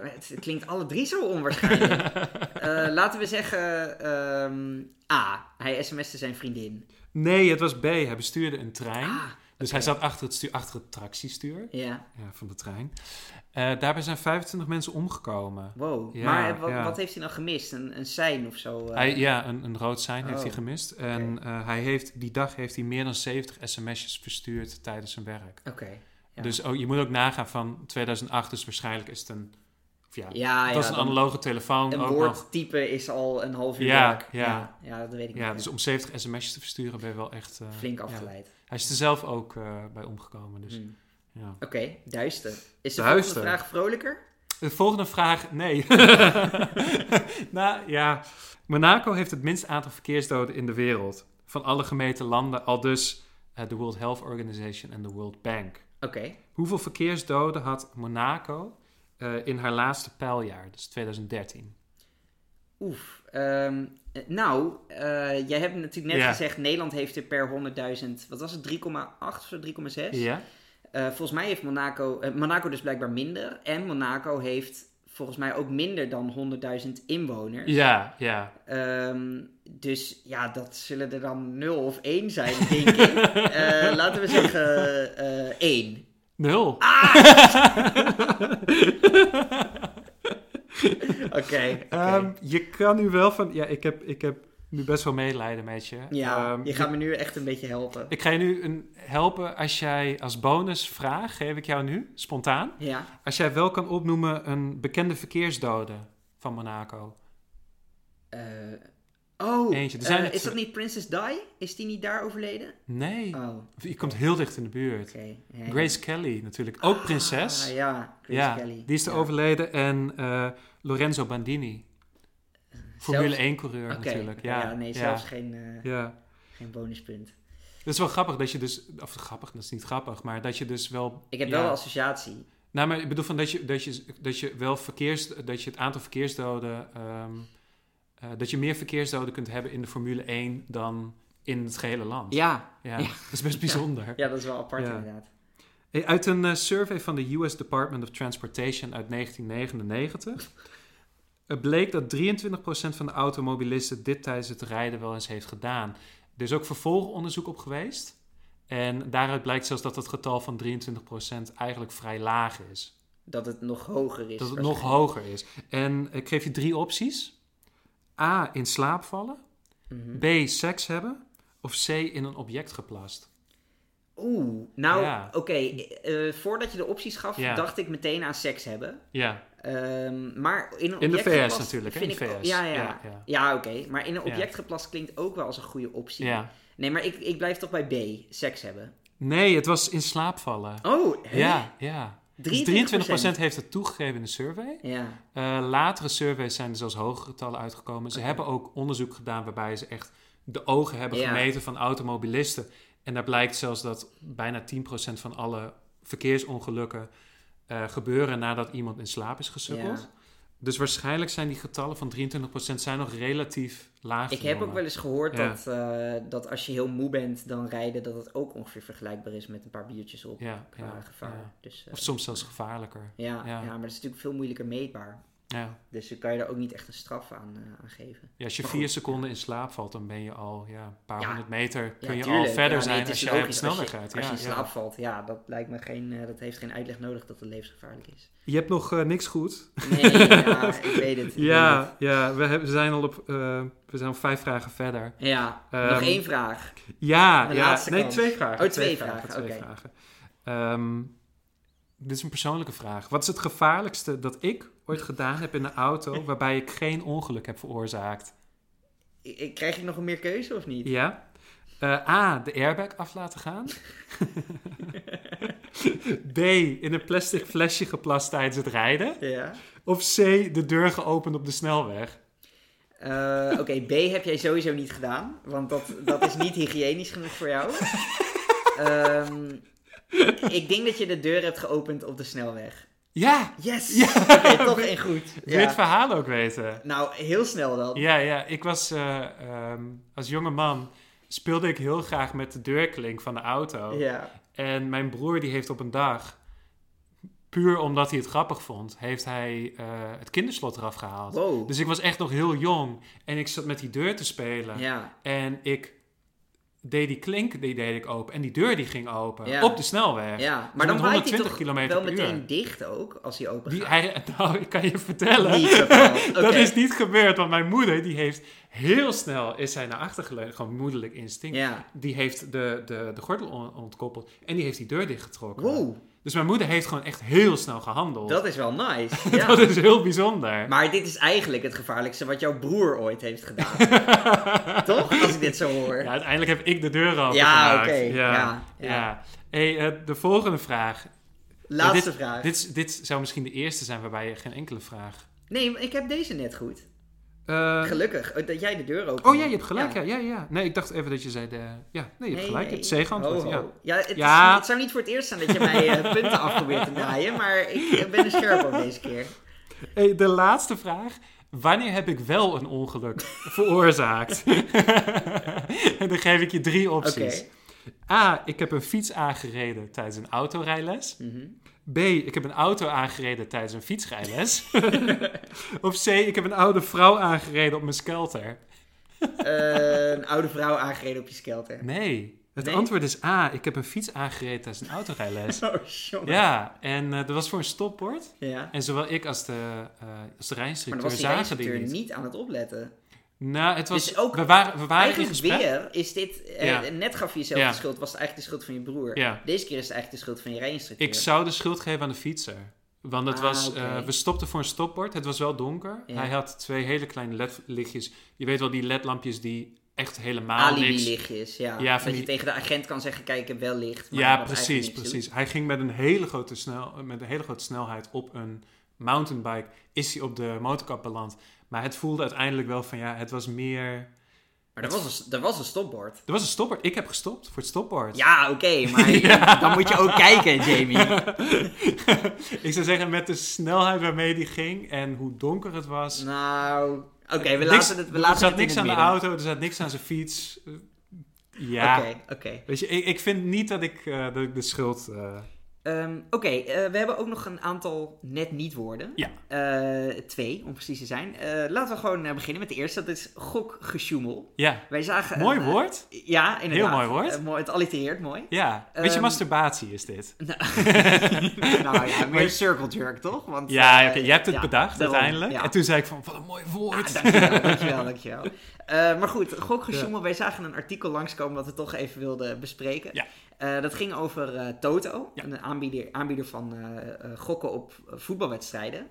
[SPEAKER 1] maar het, het klinkt alle drie zo onwaarschijnlijk. Eh, laten we zeggen ehm, A. Hij sms'te zijn vriendin.
[SPEAKER 2] nee, het was B. Hij bestuurde een trein.
[SPEAKER 1] Ah,
[SPEAKER 2] Dus hij zat achter het, stuur, achter het tractiestuur
[SPEAKER 1] ja.
[SPEAKER 2] ja, van de trein. Eh, daarbij zijn 25 mensen omgekomen.
[SPEAKER 1] Wow.
[SPEAKER 2] Ja,
[SPEAKER 1] maar eh, wat,
[SPEAKER 2] ja.
[SPEAKER 1] wat heeft hij dan gemist? Een, een sein of zo? eh?
[SPEAKER 2] Hij, ja, een, een rood sein heeft
[SPEAKER 1] Oh.
[SPEAKER 2] hij gemist. En eh, hij heeft, die dag heeft hij meer dan 70 sms'jes verstuurd tijdens zijn werk.
[SPEAKER 1] Oké. Ja.
[SPEAKER 2] Dus ook, je moet ook nagaan van 2008, dus waarschijnlijk is het een... Of ja,
[SPEAKER 1] Ja,
[SPEAKER 2] het
[SPEAKER 1] ja,
[SPEAKER 2] was een
[SPEAKER 1] dan-
[SPEAKER 2] analoge telefoon.
[SPEAKER 1] Een
[SPEAKER 2] ook nog.
[SPEAKER 1] woord typen is al een half uur
[SPEAKER 2] Ja,
[SPEAKER 1] werk.
[SPEAKER 2] ja.
[SPEAKER 1] ja, dat weet ik
[SPEAKER 2] Ja,
[SPEAKER 1] niet.
[SPEAKER 2] dus om 70 sms'jes te versturen ben je wel echt... eh,
[SPEAKER 1] Flink
[SPEAKER 2] ja.
[SPEAKER 1] afgeleid.
[SPEAKER 2] Hij is er zelf ook eh, bij omgekomen, dus
[SPEAKER 1] Hmm.
[SPEAKER 2] ja.
[SPEAKER 1] Oké, duister. Is de
[SPEAKER 2] Duister.
[SPEAKER 1] volgende vraag vrolijker?
[SPEAKER 2] De volgende vraag, nee. nou ja, Monaco heeft het minste aantal verkeersdoden in de wereld. Van alle gemeten landen, al dus eh, de World Health Organization en de World Bank.
[SPEAKER 1] Oké.
[SPEAKER 2] Hoeveel verkeersdoden had Monaco eh, in haar laatste pijljaar, dus 2013?
[SPEAKER 1] Oef. ehm, eh, nou, eh, jij hebt natuurlijk net
[SPEAKER 2] Ja.
[SPEAKER 1] gezegd... Nederland heeft er per 100.000... Wat was het? 3,8 of zo, 3,6?
[SPEAKER 2] Ja?
[SPEAKER 1] Eh, volgens mij heeft Monaco... eh, Monaco dus blijkbaar minder. En Monaco heeft volgens mij ook minder dan 100.000 inwoners.
[SPEAKER 2] Ja, ja.
[SPEAKER 1] Ehm, dus ja, dat zullen er dan 0 of 1 zijn, denk ik. Eh, laten we zeggen eh 1.
[SPEAKER 2] Nul.
[SPEAKER 1] Ah, Oké. oké.
[SPEAKER 2] Ehm, je kan nu wel van... Ja, ik heb, ik heb nu best wel medelijden met je.
[SPEAKER 1] ja,
[SPEAKER 2] Ehm,
[SPEAKER 1] je gaat me nu echt een beetje helpen.
[SPEAKER 2] Ik ga je nu een helpen als jij als bonusvraag, geef ik jou nu, spontaan.
[SPEAKER 1] Ja.
[SPEAKER 2] Als jij wel kan opnoemen een bekende verkeersdode van Monaco.
[SPEAKER 1] Eh, oh,
[SPEAKER 2] Eentje. Er zijn
[SPEAKER 1] eh,
[SPEAKER 2] er
[SPEAKER 1] is
[SPEAKER 2] twee.
[SPEAKER 1] dat niet Princess Di? Is die niet daar overleden?
[SPEAKER 2] Nee,
[SPEAKER 1] Oh, oké.
[SPEAKER 2] je komt heel dicht in de buurt.
[SPEAKER 1] ja, ja.
[SPEAKER 2] Grace Kelly natuurlijk, ook prinses.
[SPEAKER 1] Ah, ja, Grace
[SPEAKER 2] ja,
[SPEAKER 1] Kelly.
[SPEAKER 2] die is er
[SPEAKER 1] Ja.
[SPEAKER 2] overleden. En eh, Lorenzo Bandini. Formule 1 coureur
[SPEAKER 1] Eh, Oké,
[SPEAKER 2] natuurlijk. Ja,
[SPEAKER 1] nee,
[SPEAKER 2] ja,
[SPEAKER 1] zelfs Geen, eh,
[SPEAKER 2] ja.
[SPEAKER 1] geen bonuspunt.
[SPEAKER 2] Dat is wel grappig dat je dus... Of grappig, dat is niet grappig. Maar dat je dus wel...
[SPEAKER 1] Ik heb
[SPEAKER 2] ja.
[SPEAKER 1] wel een associatie.
[SPEAKER 2] Nou, maar ik bedoel van dat je, dat je, dat je wel verkeers, dat je het aantal verkeersdoden, ehm, eh, dat je meer verkeersdoden kunt hebben in de Formule 1 dan in het gehele land.
[SPEAKER 1] Ja.
[SPEAKER 2] Ja,
[SPEAKER 1] Ja.
[SPEAKER 2] dat is best bijzonder.
[SPEAKER 1] Ja, dat is wel apart
[SPEAKER 2] Ja.
[SPEAKER 1] inderdaad.
[SPEAKER 2] Hey, uit een eh, survey van de US Department of Transportation uit 1999 eh, bleek dat 23% van de automobilisten dit tijdens het rijden wel eens heeft gedaan. Er is ook vervolgonderzoek op geweest. En daaruit blijkt zelfs dat het getal van 23% eigenlijk vrij laag is.
[SPEAKER 1] Dat het nog hoger is.
[SPEAKER 2] Dat het nog
[SPEAKER 1] waarschijnlijk.
[SPEAKER 2] hoger is. En ik geef je drie opties. A, in slaap vallen.
[SPEAKER 1] Mhm.
[SPEAKER 2] B, seks hebben. Of C, in een object geplast.
[SPEAKER 1] Oeh, nou
[SPEAKER 2] Ja.
[SPEAKER 1] oké. eh, voordat je de opties gaf,
[SPEAKER 2] Ja.
[SPEAKER 1] dacht ik meteen aan seks hebben.
[SPEAKER 2] Ja,
[SPEAKER 1] Ehm, maar in, een
[SPEAKER 2] in de
[SPEAKER 1] object
[SPEAKER 2] VS
[SPEAKER 1] geplast
[SPEAKER 2] natuurlijk. hè,
[SPEAKER 1] vind
[SPEAKER 2] In de
[SPEAKER 1] ik-
[SPEAKER 2] VS.
[SPEAKER 1] Ja, ja. ja.
[SPEAKER 2] ja, ja.
[SPEAKER 1] oké. Maar in een
[SPEAKER 2] Ja.
[SPEAKER 1] object geplast klinkt ook wel als een goede optie.
[SPEAKER 2] Ja.
[SPEAKER 1] Nee, maar ik, ik blijf toch bij B, seks hebben.
[SPEAKER 2] Nee, het was in slaap vallen.
[SPEAKER 1] Oh, hè?
[SPEAKER 2] Ja, ja. Dus
[SPEAKER 1] 23%.
[SPEAKER 2] 23% heeft het toegegeven in de survey.
[SPEAKER 1] Ja.
[SPEAKER 2] Eh, latere surveys zijn er zelfs hogere getallen uitgekomen. Ze hebben ook onderzoek gedaan waarbij ze echt de ogen hebben
[SPEAKER 1] Ja.
[SPEAKER 2] gemeten van automobilisten. En daar blijkt zelfs dat bijna 10% van alle verkeersongelukken eh, gebeuren nadat iemand in slaap is gesukkeld.
[SPEAKER 1] Ja.
[SPEAKER 2] Dus waarschijnlijk zijn die getallen van 23% zijn nog relatief laag.
[SPEAKER 1] Ik heb ook
[SPEAKER 2] genomen.
[SPEAKER 1] wel eens gehoord
[SPEAKER 2] Ja.
[SPEAKER 1] dat, eh, dat als je heel moe bent, dan rijden, dat het ook ongeveer vergelijkbaar is met een paar biertjes op.
[SPEAKER 2] ja,
[SPEAKER 1] qua
[SPEAKER 2] ja,
[SPEAKER 1] gevaar.
[SPEAKER 2] ja.
[SPEAKER 1] Dus, eh,
[SPEAKER 2] Of soms zelfs gevaarlijker.
[SPEAKER 1] ja, ja.
[SPEAKER 2] ja.
[SPEAKER 1] maar dat is natuurlijk veel moeilijker meetbaar.
[SPEAKER 2] Ja.
[SPEAKER 1] Dus dan kan je daar ook niet echt een straf aan, eh, aan geven.
[SPEAKER 2] Ja, als je
[SPEAKER 1] Maar
[SPEAKER 2] vier
[SPEAKER 1] goed.
[SPEAKER 2] seconden in slaap valt, dan ben je al ja, een paar
[SPEAKER 1] Ja.
[SPEAKER 2] honderd meter kun
[SPEAKER 1] Ja,
[SPEAKER 2] je
[SPEAKER 1] tuurlijk.
[SPEAKER 2] al verder
[SPEAKER 1] Ja, nee,
[SPEAKER 2] zijn
[SPEAKER 1] het is
[SPEAKER 2] als je op
[SPEAKER 1] logisch.
[SPEAKER 2] sneller
[SPEAKER 1] Als
[SPEAKER 2] gaat.
[SPEAKER 1] je, als
[SPEAKER 2] ja,
[SPEAKER 1] je in slaap
[SPEAKER 2] ja.
[SPEAKER 1] valt, ja, dat lijkt me geen, eh, dat heeft geen uitleg nodig dat het levensgevaarlijk is.
[SPEAKER 2] Je hebt nog eh, niks goed.
[SPEAKER 1] Nee, ja, ik weet het. ik weet
[SPEAKER 2] Ja,
[SPEAKER 1] het.
[SPEAKER 2] ja we, hebben, we zijn al op eh, we zijn al vijf vragen verder.
[SPEAKER 1] Ja, nog
[SPEAKER 2] Ehm,
[SPEAKER 1] één vraag.
[SPEAKER 2] Ja,
[SPEAKER 1] De
[SPEAKER 2] ja
[SPEAKER 1] laatste
[SPEAKER 2] nee,
[SPEAKER 1] kans.
[SPEAKER 2] twee vragen.
[SPEAKER 1] Oh, twee vragen, oké.
[SPEAKER 2] vragen. Ehm, dit is een persoonlijke vraag. Wat is het gevaarlijkste dat ik ooit gedaan heb in de auto waarbij ik geen ongeluk heb veroorzaakt?
[SPEAKER 1] Ik- ik- Krijg ik nog een meer keuze of niet?
[SPEAKER 2] Ja. Eh, A. De airbag af laten gaan. B. In een plastic flesje geplast tijdens het rijden.
[SPEAKER 1] Ja.
[SPEAKER 2] Of C. De deur geopend op de snelweg.
[SPEAKER 1] Eh, Oké, B heb jij sowieso niet gedaan, want dat, dat is niet hygiënisch genoeg voor jou. Ehm, ik denk dat je de deur hebt geopend op de snelweg.
[SPEAKER 2] Ja,
[SPEAKER 1] Yes!
[SPEAKER 2] Ja.
[SPEAKER 1] Oké, toch één goed.
[SPEAKER 2] wil je het
[SPEAKER 1] Ja.
[SPEAKER 2] verhaal ook weten?
[SPEAKER 1] Nou, heel snel dan.
[SPEAKER 2] Ja, ja. Ik was eh, ehm, als jonge man speelde ik heel graag met de deurklink van de auto.
[SPEAKER 1] Ja.
[SPEAKER 2] En mijn broer die heeft op een dag, puur omdat hij het grappig vond, heeft hij eh, het kinderslot eraf gehaald.
[SPEAKER 1] Wow.
[SPEAKER 2] Dus ik was echt nog heel jong en ik zat met die deur te spelen.
[SPEAKER 1] Ja.
[SPEAKER 2] En ik deed die klink, die deed ik open. En die deur die ging open.
[SPEAKER 1] Ja.
[SPEAKER 2] Op de snelweg.
[SPEAKER 1] ja.
[SPEAKER 2] dus met
[SPEAKER 1] Maar dan waait hij
[SPEAKER 2] 120
[SPEAKER 1] toch
[SPEAKER 2] km
[SPEAKER 1] wel
[SPEAKER 2] per
[SPEAKER 1] meteen
[SPEAKER 2] uur.
[SPEAKER 1] dicht ook, als hij open
[SPEAKER 2] Die,
[SPEAKER 1] gaat?
[SPEAKER 2] hij, nou, ik kan je vertellen.
[SPEAKER 1] Niet bepaald.
[SPEAKER 2] Dat
[SPEAKER 1] Oké.
[SPEAKER 2] is niet gebeurd, want mijn moeder die heeft heel snel is zij naar achter geleund, gewoon moederlijk instinct.
[SPEAKER 1] Ja.
[SPEAKER 2] Die heeft de, de, de gordel on- ontkoppeld en die heeft die deur dichtgetrokken.
[SPEAKER 1] Wow,
[SPEAKER 2] Dus mijn moeder heeft gewoon echt heel snel gehandeld.
[SPEAKER 1] dat is wel nice. Ja.
[SPEAKER 2] Dat is heel bijzonder.
[SPEAKER 1] Maar dit is eigenlijk het gevaarlijkste wat jouw broer ooit heeft gedaan. Toch? Als ik dit zo hoor.
[SPEAKER 2] Ja, uiteindelijk heb ik de deur al
[SPEAKER 1] Ja, oké.
[SPEAKER 2] Ja,
[SPEAKER 1] Ja, ja.
[SPEAKER 2] ja. Hey, eh, de volgende vraag. Eh,
[SPEAKER 1] Laatste
[SPEAKER 2] dit,
[SPEAKER 1] vraag.
[SPEAKER 2] Dit, is- dit zou misschien de eerste zijn waarbij je geen enkele vraag...
[SPEAKER 1] Nee, maar ik heb deze net goed.
[SPEAKER 2] Eh,
[SPEAKER 1] Gelukkig, eh, dat jij de deur opent.
[SPEAKER 2] oh ja, je hebt gelijk. Ja. Ja, ja, Nee, ik dacht even dat je zei de... Ja, nee, je hebt gelijk. Je hebt C geantwoord.
[SPEAKER 1] Ho,
[SPEAKER 2] Ja.
[SPEAKER 1] ho. Ja, het,
[SPEAKER 2] Ja.
[SPEAKER 1] Is, het zou niet voor het eerst zijn dat je mij eh, punten af probeert te draaien, maar ik eh, ben er scherp op deze keer.
[SPEAKER 2] Hey, de laatste vraag. Wanneer heb ik wel een ongeluk veroorzaakt? en dan geef ik je drie
[SPEAKER 1] Oké.
[SPEAKER 2] opties. A. Ik heb een fiets aangereden tijdens een autorijles.
[SPEAKER 1] Mhm.
[SPEAKER 2] B. Ik heb een auto aangereden tijdens een fietsrijles. of C. Ik heb een oude vrouw aangereden op mijn skelter.
[SPEAKER 1] Eh, een oude vrouw aangereden op je skelter.
[SPEAKER 2] Nee. Het
[SPEAKER 1] Nee?
[SPEAKER 2] antwoord is A. Ik heb een fiets aangereden tijdens een autorijles.
[SPEAKER 1] Oh, jongen.
[SPEAKER 2] ja, en eh, dat was voor een stopbord.
[SPEAKER 1] Ja.
[SPEAKER 2] En zowel ik als de, eh als de
[SPEAKER 1] Maar dan
[SPEAKER 2] rijinstructeur
[SPEAKER 1] was die
[SPEAKER 2] zagen die
[SPEAKER 1] reiziger
[SPEAKER 2] niet.
[SPEAKER 1] niet aan het opletten.
[SPEAKER 2] Nou, het was...
[SPEAKER 1] Dus ook-
[SPEAKER 2] we waren, we waren in
[SPEAKER 1] Eigenlijk
[SPEAKER 2] gesprek.
[SPEAKER 1] weer is dit... eh,
[SPEAKER 2] Ja.
[SPEAKER 1] Net gaf je jezelf
[SPEAKER 2] Ja.
[SPEAKER 1] de schuld, was het eigenlijk de schuld van je broer.
[SPEAKER 2] Ja.
[SPEAKER 1] Deze keer is het eigenlijk de schuld van je rijinstructeur.
[SPEAKER 2] Ik zou de schuld geven aan de fietser. Want het
[SPEAKER 1] Ah,
[SPEAKER 2] was,
[SPEAKER 1] oké.
[SPEAKER 2] eh, we stopten voor een stopbord. Het was wel donker.
[SPEAKER 1] Ja.
[SPEAKER 2] Hij had twee hele kleine ledlichtjes. Je weet wel, die ledlampjes die echt helemaal niks...
[SPEAKER 1] Alibi-lichtjes, ja.
[SPEAKER 2] Ja,
[SPEAKER 1] dat
[SPEAKER 2] van
[SPEAKER 1] je
[SPEAKER 2] die-
[SPEAKER 1] tegen de agent kan zeggen, kijk, ik heb wel licht. maar
[SPEAKER 2] Ja,
[SPEAKER 1] dat
[SPEAKER 2] precies,
[SPEAKER 1] eigenlijk niks
[SPEAKER 2] precies. Hij ging met een, hele grote snel, met een hele grote snelheid op een mountainbike. Is hij op de motorkap beland. Maar het voelde uiteindelijk wel van, ja, het was meer...
[SPEAKER 1] doet. Maar er was, een, er was een stopbord.
[SPEAKER 2] Er was een stopbord. Ik heb gestopt voor het stopbord.
[SPEAKER 1] Ja, oké, maar dan moet je ook kijken, Jamie.
[SPEAKER 2] Ik zou zeggen, met de snelheid waarmee die ging en hoe donker het was...
[SPEAKER 1] Nou, oké, we
[SPEAKER 2] Niks-
[SPEAKER 1] laten het we laten
[SPEAKER 2] Er zat
[SPEAKER 1] het in
[SPEAKER 2] niks
[SPEAKER 1] het
[SPEAKER 2] aan de
[SPEAKER 1] midden.
[SPEAKER 2] auto, er zat niks aan zijn fiets. Eh, Ja.
[SPEAKER 1] Oké, oké.
[SPEAKER 2] Weet je, ik, ik vind niet dat ik, eh, dat ik de schuld. eh,
[SPEAKER 1] Ehm, oké, eh, we hebben ook nog een aantal net niet woorden.
[SPEAKER 2] Ja.
[SPEAKER 1] Eh, twee, om precies te zijn. Eh, laten we gewoon eh, beginnen met de eerste. Dat is gokgesjoemel.
[SPEAKER 2] Ja.
[SPEAKER 1] Wij zagen...
[SPEAKER 2] Mooi
[SPEAKER 1] een, eh,
[SPEAKER 2] woord.
[SPEAKER 1] ja, inderdaad.
[SPEAKER 2] mooi woord.
[SPEAKER 1] Eh, mooi, het allitereert mooi.
[SPEAKER 2] Ja. Weet je,
[SPEAKER 1] ehm,
[SPEAKER 2] masturbatie is dit.
[SPEAKER 1] nou ja,
[SPEAKER 2] Maar-
[SPEAKER 1] meer circle jerk, toch? Want,
[SPEAKER 2] Ja,
[SPEAKER 1] eh,
[SPEAKER 2] oké, jij hebt het
[SPEAKER 1] ja,
[SPEAKER 2] bedacht
[SPEAKER 1] daarom,
[SPEAKER 2] uiteindelijk.
[SPEAKER 1] ja.
[SPEAKER 2] En toen zei ik van, wat een mooi
[SPEAKER 1] Ah,
[SPEAKER 2] woord.
[SPEAKER 1] dankjewel, dankjewel, dankjewel. Eh, maar goed, gokgesjoemel. Wij zagen een artikel langskomen wat we toch even wilden bespreken.
[SPEAKER 2] Ja.
[SPEAKER 1] Eh, dat ging over eh, Toto,
[SPEAKER 2] Ja.
[SPEAKER 1] een aanbieder, aanbieder van eh, eh, gokken op eh, voetbalwedstrijden.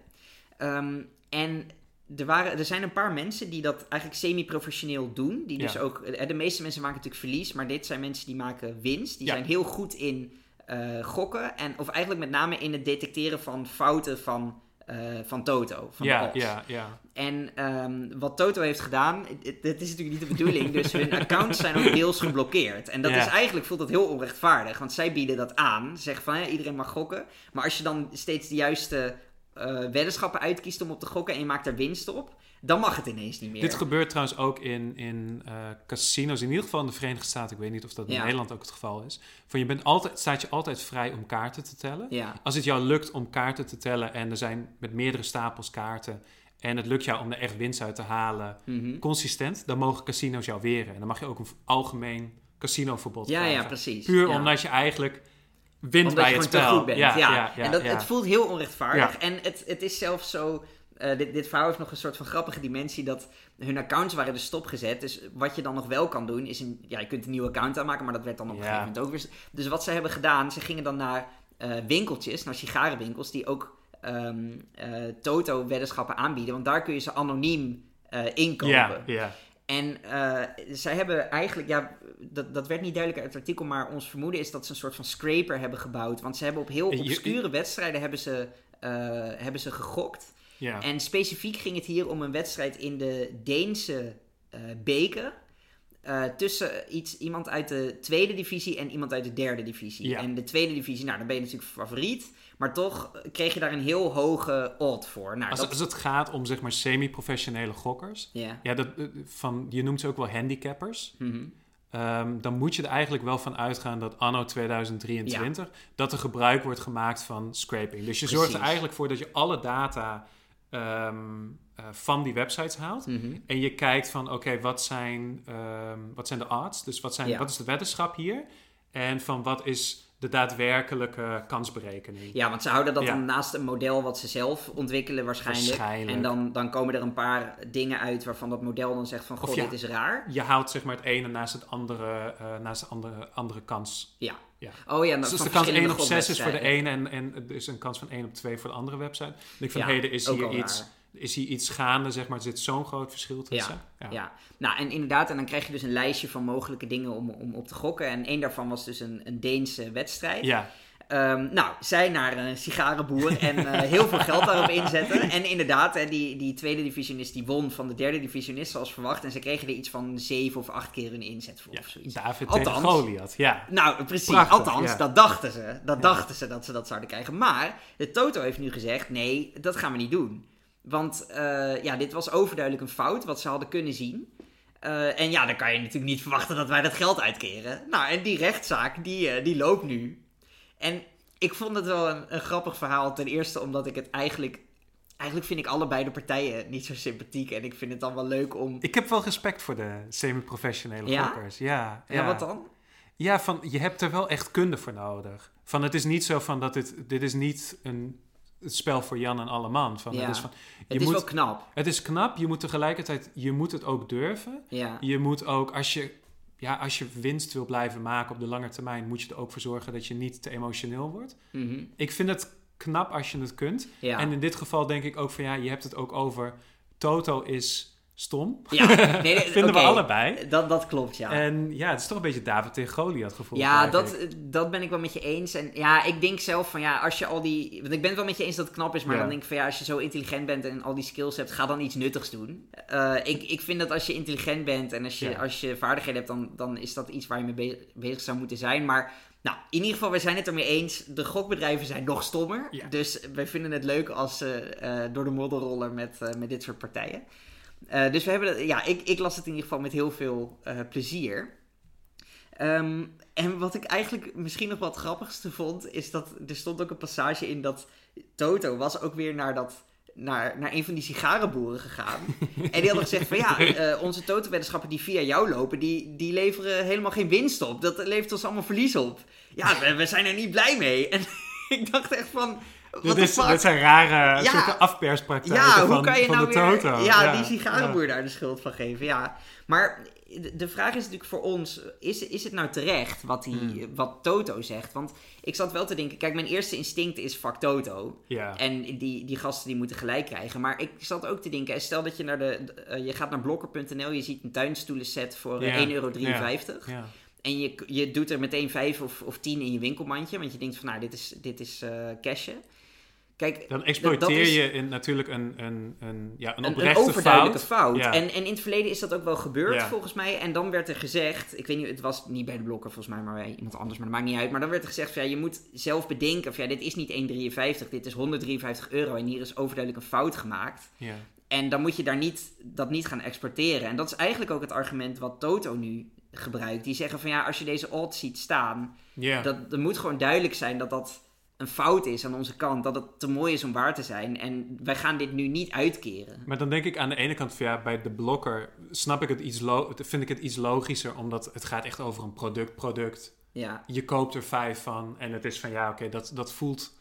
[SPEAKER 1] Ehm, en er, waren, er zijn een paar mensen die dat eigenlijk semi-professioneel doen. Die dus
[SPEAKER 2] Ja.
[SPEAKER 1] ook, eh, de meeste mensen maken natuurlijk verlies, maar dit zijn mensen die maken winst. Die
[SPEAKER 2] Ja.
[SPEAKER 1] zijn heel goed in eh, gokken. En, of eigenlijk met name in het detecteren van fouten van, eh, van Toto, van de
[SPEAKER 2] ja,
[SPEAKER 1] odds.
[SPEAKER 2] ja, ja.
[SPEAKER 1] En ehm, wat Toto heeft gedaan, dit dit is natuurlijk niet de bedoeling, dus hun accounts zijn ook deels geblokkeerd. En dat
[SPEAKER 2] Ja.
[SPEAKER 1] is eigenlijk, voelt dat heel onrechtvaardig, want zij bieden dat aan. Zeggen van, ja, iedereen mag gokken. Maar als je dan steeds de juiste eh, weddenschappen uitkiest om op te gokken en je maakt er winst op, dan mag het ineens niet meer.
[SPEAKER 2] Dit gebeurt trouwens ook in, in eh, casinos, in ieder geval in de Verenigde Staten. Ik weet niet of dat in
[SPEAKER 1] Ja.
[SPEAKER 2] Nederland ook het geval is. Van je bent altijd, staat je altijd vrij om kaarten te tellen.
[SPEAKER 1] ja.
[SPEAKER 2] Als het jou lukt om kaarten te tellen en er zijn met meerdere stapels kaarten en het lukt jou om er echt winst uit te halen,
[SPEAKER 1] Mhm.
[SPEAKER 2] consistent, dan mogen casino's jou weren. En dan mag je ook een v- algemeen casinoverbod
[SPEAKER 1] ja, ja,
[SPEAKER 2] krijgen.
[SPEAKER 1] precies.
[SPEAKER 2] Puur
[SPEAKER 1] ja.
[SPEAKER 2] omdat je eigenlijk wint
[SPEAKER 1] Omdat
[SPEAKER 2] bij
[SPEAKER 1] je
[SPEAKER 2] het
[SPEAKER 1] gewoon
[SPEAKER 2] spel.
[SPEAKER 1] te goed bent. Ja, en dat,
[SPEAKER 2] ja.
[SPEAKER 1] het voelt heel onrechtvaardig. En het, het is zelfs zo. eh, dit, dit verhaal heeft nog een soort van grappige dimensie dat hun accounts waren dus stopgezet. Dus wat je dan nog wel kan doen is een, ja, je kunt een nieuw account aanmaken, maar dat werd dan op een
[SPEAKER 2] Ja.
[SPEAKER 1] gegeven moment ook weer. Dus wat ze hebben gedaan, ze gingen dan naar eh, winkeltjes, naar sigarenwinkels die ook ehm, eh, Toto weddenschappen aanbieden, want daar kun je ze anoniem eh, inkopen.
[SPEAKER 2] ja, ja.
[SPEAKER 1] En eh, zij hebben eigenlijk, ja, dat, dat werd niet duidelijk uit het artikel, maar ons vermoeden is dat ze een soort van scraper hebben gebouwd. Want ze hebben op heel
[SPEAKER 2] Je- je-
[SPEAKER 1] obscure wedstrijden hebben ze, eh, hebben ze gegokt.
[SPEAKER 2] ja.
[SPEAKER 1] En specifiek ging het hier om een wedstrijd in de Deense eh beker. eh, tussen iets, iemand uit de tweede divisie en iemand uit de derde divisie.
[SPEAKER 2] Ja.
[SPEAKER 1] En de tweede divisie, nou dan ben je natuurlijk favoriet. Maar toch kreeg je daar een heel hoge odd voor. Nou,
[SPEAKER 2] als,
[SPEAKER 1] dat,
[SPEAKER 2] als het gaat om zeg maar semi-professionele gokkers,
[SPEAKER 1] ja.
[SPEAKER 2] ja, dat, eh, van, je noemt ze ook wel handicappers.
[SPEAKER 1] Mhm.
[SPEAKER 2] Ehm, dan moet je er eigenlijk wel van uitgaan dat anno 2023 dat er gebruik wordt gemaakt van scraping. Dus je zorgt er
[SPEAKER 1] Precies.
[SPEAKER 2] eigenlijk voor dat je alle data ehm, eh, van die websites haalt.
[SPEAKER 1] Mhm.
[SPEAKER 2] En je kijkt van oké, wat, zijn, ehm, wat zijn de odds? Dus wat, zijn,
[SPEAKER 1] Ja.
[SPEAKER 2] wat is de weddenschap hier? En van wat is de daadwerkelijke kansberekening?
[SPEAKER 1] Ja, want ze houden dat
[SPEAKER 2] Ja.
[SPEAKER 1] dan naast een model wat ze zelf ontwikkelen waarschijnlijk.
[SPEAKER 2] Waarschijnlijk.
[SPEAKER 1] En dan, dan komen er een paar dingen uit waarvan dat model dan zegt van...
[SPEAKER 2] Of
[SPEAKER 1] Goh,
[SPEAKER 2] ja.
[SPEAKER 1] dit is raar.
[SPEAKER 2] Je haalt zeg maar het ene naast het andere, eh, naast de andere, andere kans.
[SPEAKER 1] Ja.
[SPEAKER 2] Ja.
[SPEAKER 1] Oh ja, nou,
[SPEAKER 2] Dus
[SPEAKER 1] van
[SPEAKER 2] de kans
[SPEAKER 1] verschillende
[SPEAKER 2] 1 op 6 is voor de
[SPEAKER 1] golfwedstrijden.
[SPEAKER 2] ene en, en er is een kans van 1 op 2 voor de andere website. En ik van,
[SPEAKER 1] Ja,
[SPEAKER 2] hé, er is
[SPEAKER 1] ook
[SPEAKER 2] hier,
[SPEAKER 1] al
[SPEAKER 2] iets,
[SPEAKER 1] raar.
[SPEAKER 2] is hier iets gaande, zeg maar. Er zit zo'n groot verschil tussen.
[SPEAKER 1] Ja. nou en inderdaad, en dan krijg je dus een lijstje van mogelijke dingen om, om op te gokken. En één daarvan was dus een, een Deense wedstrijd.
[SPEAKER 2] Ja.
[SPEAKER 1] Ehm, nou, zij naar een sigarenboer en eh, heel veel geld daarop inzetten. En inderdaad, hè, die, die tweede divisionist die won van de derde divisionist zoals verwacht. En ze kregen er iets van zeven of acht keer hun inzet voor
[SPEAKER 2] Ja.
[SPEAKER 1] of zoiets.
[SPEAKER 2] David tegen
[SPEAKER 1] Althans.
[SPEAKER 2] Goliath. Ja.
[SPEAKER 1] Nou, precies.
[SPEAKER 2] Prachtig,
[SPEAKER 1] Althans,
[SPEAKER 2] ja.
[SPEAKER 1] dat dachten ze. Dat dachten ze dat ze dat zouden krijgen. Maar de Toto heeft nu gezegd: nee, dat gaan we niet doen. Want eh, ja, dit was overduidelijk een fout wat ze hadden kunnen zien. Eh, en ja, dan kan je natuurlijk niet verwachten dat wij dat geld uitkeren. Nou, en die rechtszaak, die, eh, die loopt nu. En ik vond het wel een, een grappig verhaal. Ten eerste omdat ik het eigenlijk... Eigenlijk vind ik allebei de partijen niet zo sympathiek. En ik vind het dan wel leuk om...
[SPEAKER 2] Ik heb wel respect voor de semi-professionele
[SPEAKER 1] Ja?
[SPEAKER 2] gokkers. Ja,
[SPEAKER 1] Ja, wat dan?
[SPEAKER 2] Ja, van je hebt er wel echt kunde voor nodig. Van het is niet zo van dat dit, dit is niet een het spel voor Jan en alle man. Van,
[SPEAKER 1] Ja.
[SPEAKER 2] het, is van, je
[SPEAKER 1] Het is
[SPEAKER 2] moet,
[SPEAKER 1] wel knap.
[SPEAKER 2] het is knap, je moet tegelijkertijd, je moet het ook durven.
[SPEAKER 1] Ja.
[SPEAKER 2] Je moet ook, als je, ja, als je winst wil blijven maken op de lange termijn, moet je er ook voor zorgen dat je niet te emotioneel wordt.
[SPEAKER 1] Mhm.
[SPEAKER 2] Ik vind het knap als je het kunt.
[SPEAKER 1] ja.
[SPEAKER 2] En in dit geval denk ik ook van ja, je hebt het ook over Toto is stom.
[SPEAKER 1] Ja, nee, nee,
[SPEAKER 2] Vinden
[SPEAKER 1] Eh, oké.
[SPEAKER 2] we allebei.
[SPEAKER 1] Dat, dat klopt, ja.
[SPEAKER 2] En ja, het is toch een beetje David tegen Goliath gevoel.
[SPEAKER 1] ja,
[SPEAKER 2] krijg ik.
[SPEAKER 1] dat, dat ben ik wel met je eens. En ja, ik denk zelf van ja, als je al die. Want ik ben het wel met je eens dat het knap is, maar
[SPEAKER 2] Ja.
[SPEAKER 1] dan denk ik van ja, als je zo intelligent bent en al die skills hebt, ga dan iets nuttigs doen. Eh, ik, ik vind dat als je intelligent bent en als je,
[SPEAKER 2] Ja.
[SPEAKER 1] als je vaardigheden hebt, dan, dan is dat iets waar je mee be- bezig zou moeten zijn. Maar nou, in ieder geval, we zijn het ermee eens. De gokbedrijven zijn nog stommer.
[SPEAKER 2] Ja.
[SPEAKER 1] Dus wij vinden het leuk als ze eh, door de modder rollen met, eh, met dit soort partijen. Eh, dus we hebben dat, ja, ik, ik las het in ieder geval met heel veel eh, plezier. Ehm, en wat ik eigenlijk misschien nog wat grappigste vond, is dat er stond ook een passage in dat Toto was ook weer naar dat. Naar, naar een van die sigarenboeren gegaan. En die hadden gezegd van ja, eh, onze totenweddenschappen die via jou lopen, die, die leveren helemaal geen winst op. Dat levert ons allemaal verlies op. Ja, we, we zijn er niet blij mee. En ik dacht echt van, What
[SPEAKER 2] Dit,
[SPEAKER 1] the
[SPEAKER 2] is,
[SPEAKER 1] fuck?
[SPEAKER 2] dit zijn rare
[SPEAKER 1] Ja.
[SPEAKER 2] soorten afperspraktijken
[SPEAKER 1] ja,
[SPEAKER 2] van,
[SPEAKER 1] hoe kan je
[SPEAKER 2] van
[SPEAKER 1] nou
[SPEAKER 2] de
[SPEAKER 1] weer
[SPEAKER 2] Toto.
[SPEAKER 1] Ja, die sigarenboer daar de schuld van geven. Ja. Maar de- de vraag is natuurlijk voor ons: is, is het nou terecht wat, die,
[SPEAKER 2] Hmm.
[SPEAKER 1] wat Toto zegt? Want ik zat wel te denken: kijk, mijn eerste instinct is fuck Toto.
[SPEAKER 2] Ja.
[SPEAKER 1] En die, die gasten die moeten gelijk krijgen. Maar ik zat ook te denken: stel dat je naar de. eh, je gaat naar blokker.nl, je ziet een tuinstoelenset voor eh,
[SPEAKER 2] Ja.
[SPEAKER 1] 1,53 euro.
[SPEAKER 2] Ja.
[SPEAKER 1] En je, je doet er meteen 5 of, of 10 in je winkelmandje. Want je denkt van nou, dit is, dit is eh cashen. Kijk,
[SPEAKER 2] Dan
[SPEAKER 1] dat- dat
[SPEAKER 2] exploiteer
[SPEAKER 1] is-
[SPEAKER 2] je in, natuurlijk een, een, een, ja, een
[SPEAKER 1] een, een
[SPEAKER 2] oprechte
[SPEAKER 1] overduidelijke
[SPEAKER 2] fout.
[SPEAKER 1] fout.
[SPEAKER 2] Ja.
[SPEAKER 1] En, en in het verleden is dat ook wel gebeurd,
[SPEAKER 2] Ja.
[SPEAKER 1] volgens mij. En dan werd er gezegd, ik weet niet, het was niet bij de blokker volgens mij, maar bij iemand anders, maar dat maakt niet uit. Maar dan werd er gezegd, van, ja, je moet zelf bedenken, van, ja, dit is niet 1,53, dit is 153 euro en hier is overduidelijk een fout gemaakt.
[SPEAKER 2] Ja.
[SPEAKER 1] En dan moet je daar niet, dat niet gaan exporteren. En dat is eigenlijk ook het argument wat Toto nu gebruikt. Die zeggen van ja, als je deze odds ziet staan,
[SPEAKER 2] Ja.
[SPEAKER 1] dat, er moet gewoon duidelijk zijn dat dat een fout is aan onze kant. Dat het te mooi is om waar te zijn. En wij gaan dit nu niet uitkeren.
[SPEAKER 2] Maar dan denk ik aan de ene kant van ja, bij de blokker snap ik het iets lo- vind ik het iets logischer, omdat het gaat echt over een product, product.
[SPEAKER 1] Ja.
[SPEAKER 2] Je koopt er vijf van en het is van ja, oké, dat, dat voelt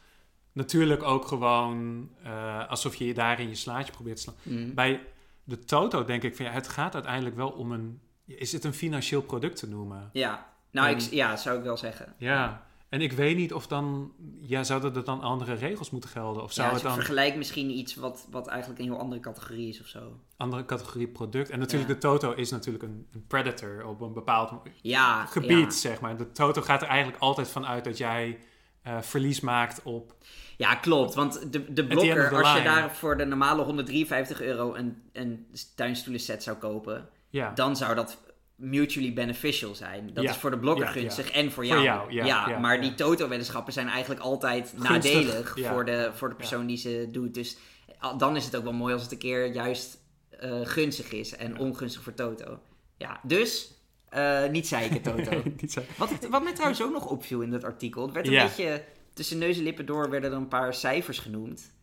[SPEAKER 2] natuurlijk ook gewoon eh, alsof je je daar in je slaatje probeert te slaan.
[SPEAKER 1] Mm.
[SPEAKER 2] Bij de Toto denk ik van ja, het gaat uiteindelijk wel om een, is het een financieel product te noemen?
[SPEAKER 1] Ja, nou, ik,
[SPEAKER 2] En-
[SPEAKER 1] ja, zou ik wel zeggen.
[SPEAKER 2] Ja, en ik weet niet of dan, ja, zouden er dan andere regels moeten gelden? Of
[SPEAKER 1] Ja,
[SPEAKER 2] zou
[SPEAKER 1] als
[SPEAKER 2] het
[SPEAKER 1] je
[SPEAKER 2] dan
[SPEAKER 1] vergelijkt misschien iets wat, wat eigenlijk een heel andere categorie is of zo.
[SPEAKER 2] andere categorie product? En natuurlijk,
[SPEAKER 1] Ja.
[SPEAKER 2] de Toto is natuurlijk een, een predator op een bepaald
[SPEAKER 1] Ja,
[SPEAKER 2] gebied, zeg maar. De Toto gaat er eigenlijk altijd van uit dat jij eh, verlies maakt op...
[SPEAKER 1] Ja, ja klopt. Want de, de
[SPEAKER 2] the end
[SPEAKER 1] blokker,
[SPEAKER 2] of the
[SPEAKER 1] als je
[SPEAKER 2] line.
[SPEAKER 1] daar voor de normale 153 euro een, een tuinstoelenset zou kopen,
[SPEAKER 2] Ja,
[SPEAKER 1] dan zou dat mutually beneficial zijn. Dat
[SPEAKER 2] Ja,
[SPEAKER 1] is voor de blokker
[SPEAKER 2] ja, ja.
[SPEAKER 1] gunstig en voor jou.
[SPEAKER 2] Voor jou, ja, ja,
[SPEAKER 1] maar
[SPEAKER 2] ja.
[SPEAKER 1] die toto-weddenschappen zijn eigenlijk altijd
[SPEAKER 2] Gunstig,
[SPEAKER 1] nadelig
[SPEAKER 2] ja.
[SPEAKER 1] voor, de, voor de persoon die ze doet. Dus al- dan is het ook wel mooi als het een keer juist eh, gunstig is en ongunstig voor toto. Ja, dus eh, niet zeiken, toto.
[SPEAKER 2] niet zo.
[SPEAKER 1] Wat, ik- wat mij trouwens ook nog opviel in dat artikel, het werd een
[SPEAKER 2] Ja.
[SPEAKER 1] beetje tussen neus en lippen door werden er een paar cijfers genoemd.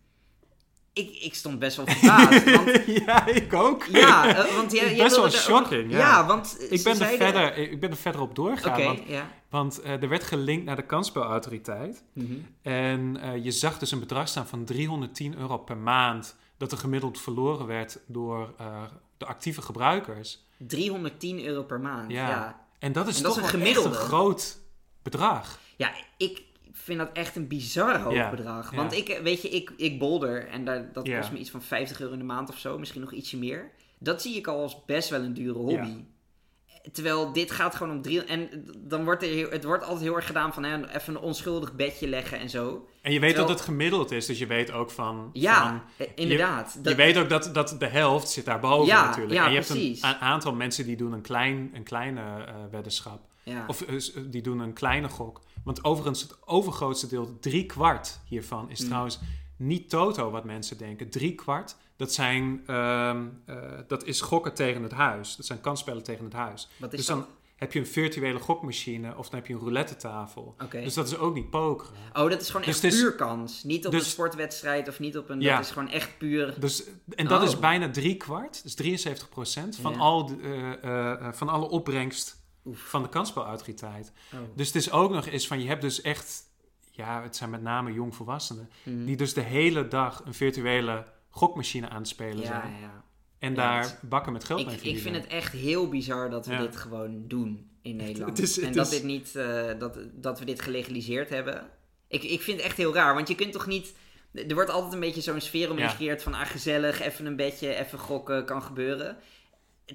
[SPEAKER 1] Ik, ik stond best wel verbaasd, want
[SPEAKER 2] ja, ik ook.
[SPEAKER 1] ja, eh, want jij, jij
[SPEAKER 2] Best wel
[SPEAKER 1] wilde er ook nog-
[SPEAKER 2] shocking,
[SPEAKER 1] Ja,
[SPEAKER 2] ja.
[SPEAKER 1] want eh,
[SPEAKER 2] Ik
[SPEAKER 1] ze
[SPEAKER 2] ben, er
[SPEAKER 1] zeiden-
[SPEAKER 2] verder, ik ben er verder op doorgegaan,
[SPEAKER 1] Oké,
[SPEAKER 2] want,
[SPEAKER 1] ja.
[SPEAKER 2] want eh, er werd gelinkt naar de kansspelautoriteit.
[SPEAKER 1] Mhm.
[SPEAKER 2] En eh, je zag dus een bedrag staan van 310 euro per maand dat er gemiddeld verloren werd door eh, de actieve gebruikers.
[SPEAKER 1] 310 euro per maand. Ja.
[SPEAKER 2] Ja.
[SPEAKER 1] ja.
[SPEAKER 2] En dat is
[SPEAKER 1] En dat
[SPEAKER 2] toch
[SPEAKER 1] is een
[SPEAKER 2] wel echt een
[SPEAKER 1] gemiddelde.
[SPEAKER 2] groot bedrag.
[SPEAKER 1] ik vind dat echt een bizar hoog
[SPEAKER 2] Ja,
[SPEAKER 1] bedrag.
[SPEAKER 2] ja.
[SPEAKER 1] Want ik, eh, weet je, ik, ik bolder en daar, dat
[SPEAKER 2] Ja.
[SPEAKER 1] kost me iets van 50 euro in de maand of zo, misschien nog ietsje meer. Dat zie ik al als best wel een dure hobby. Terwijl dit gaat gewoon om drie... En dan wordt er heel, het wordt altijd heel erg gedaan van hè, even een onschuldig bedje leggen en zo.
[SPEAKER 2] En je weet
[SPEAKER 1] Terwijl-
[SPEAKER 2] dat het gemiddeld is, dus je weet ook van... van-
[SPEAKER 1] Ja, eh, inderdaad.
[SPEAKER 2] Je
[SPEAKER 1] Dat-
[SPEAKER 2] weet ook dat, dat de helft zit daarboven
[SPEAKER 1] Ja,
[SPEAKER 2] natuurlijk.
[SPEAKER 1] ja,
[SPEAKER 2] en je
[SPEAKER 1] precies.
[SPEAKER 2] hebt een, a- aantal mensen die doen een, klein, een kleine eh, weddenschap.
[SPEAKER 1] ja.
[SPEAKER 2] Of eh, s- die doen een kleine gok. Want overigens, het overgrootste deel, drie kwart hiervan,
[SPEAKER 1] Mm.
[SPEAKER 2] is trouwens niet toto wat mensen denken. Drie kwart, dat, zijn, ehm, eh, dat is gokken tegen het huis. Dat zijn kansspellen tegen het huis.
[SPEAKER 1] Wat is
[SPEAKER 2] dus
[SPEAKER 1] dat?
[SPEAKER 2] dan heb je een virtuele gokmachine of dan heb je een roulette tafel.
[SPEAKER 1] Oké.
[SPEAKER 2] Dus dat is ook niet poker.
[SPEAKER 1] Oh, dat is gewoon
[SPEAKER 2] Dus
[SPEAKER 1] echt
[SPEAKER 2] het is-
[SPEAKER 1] puur kans. Niet op
[SPEAKER 2] dus-
[SPEAKER 1] een sportwedstrijd of niet op een...
[SPEAKER 2] Ja.
[SPEAKER 1] Dat is gewoon echt puur...
[SPEAKER 2] Dus, en dat
[SPEAKER 1] Oh.
[SPEAKER 2] is bijna drie kwart, dus 73 van,
[SPEAKER 1] Ja.
[SPEAKER 2] al de, eh, eh, eh, van alle opbrengst
[SPEAKER 1] Oef.
[SPEAKER 2] van de kansspelautoriteit.
[SPEAKER 1] Oh.
[SPEAKER 2] Dus het is ook nog eens van, je hebt dus echt, ja, het zijn met name jongvolwassenen,
[SPEAKER 1] Mhm.
[SPEAKER 2] die dus de hele dag een virtuele gokmachine aan het spelen
[SPEAKER 1] Ja,
[SPEAKER 2] zijn.
[SPEAKER 1] ja.
[SPEAKER 2] En
[SPEAKER 1] Ja,
[SPEAKER 2] daar
[SPEAKER 1] het-
[SPEAKER 2] bakken met geld
[SPEAKER 1] Ik,
[SPEAKER 2] mee
[SPEAKER 1] ik
[SPEAKER 2] verdienen.
[SPEAKER 1] vind het echt heel bizar dat we
[SPEAKER 2] Ja.
[SPEAKER 1] dit gewoon doen in Nederland.
[SPEAKER 2] het is-
[SPEAKER 1] en
[SPEAKER 2] het
[SPEAKER 1] dat,
[SPEAKER 2] is-
[SPEAKER 1] dit niet, eh, dat, dat we dit gelegaliseerd hebben. Ik, ik vind het echt heel raar, want je kunt toch niet... Er wordt altijd een beetje zo'n sfeer om
[SPEAKER 2] Ja.
[SPEAKER 1] gecreëerd van... Ah, gezellig, even een bedje, even gokken, kan gebeuren.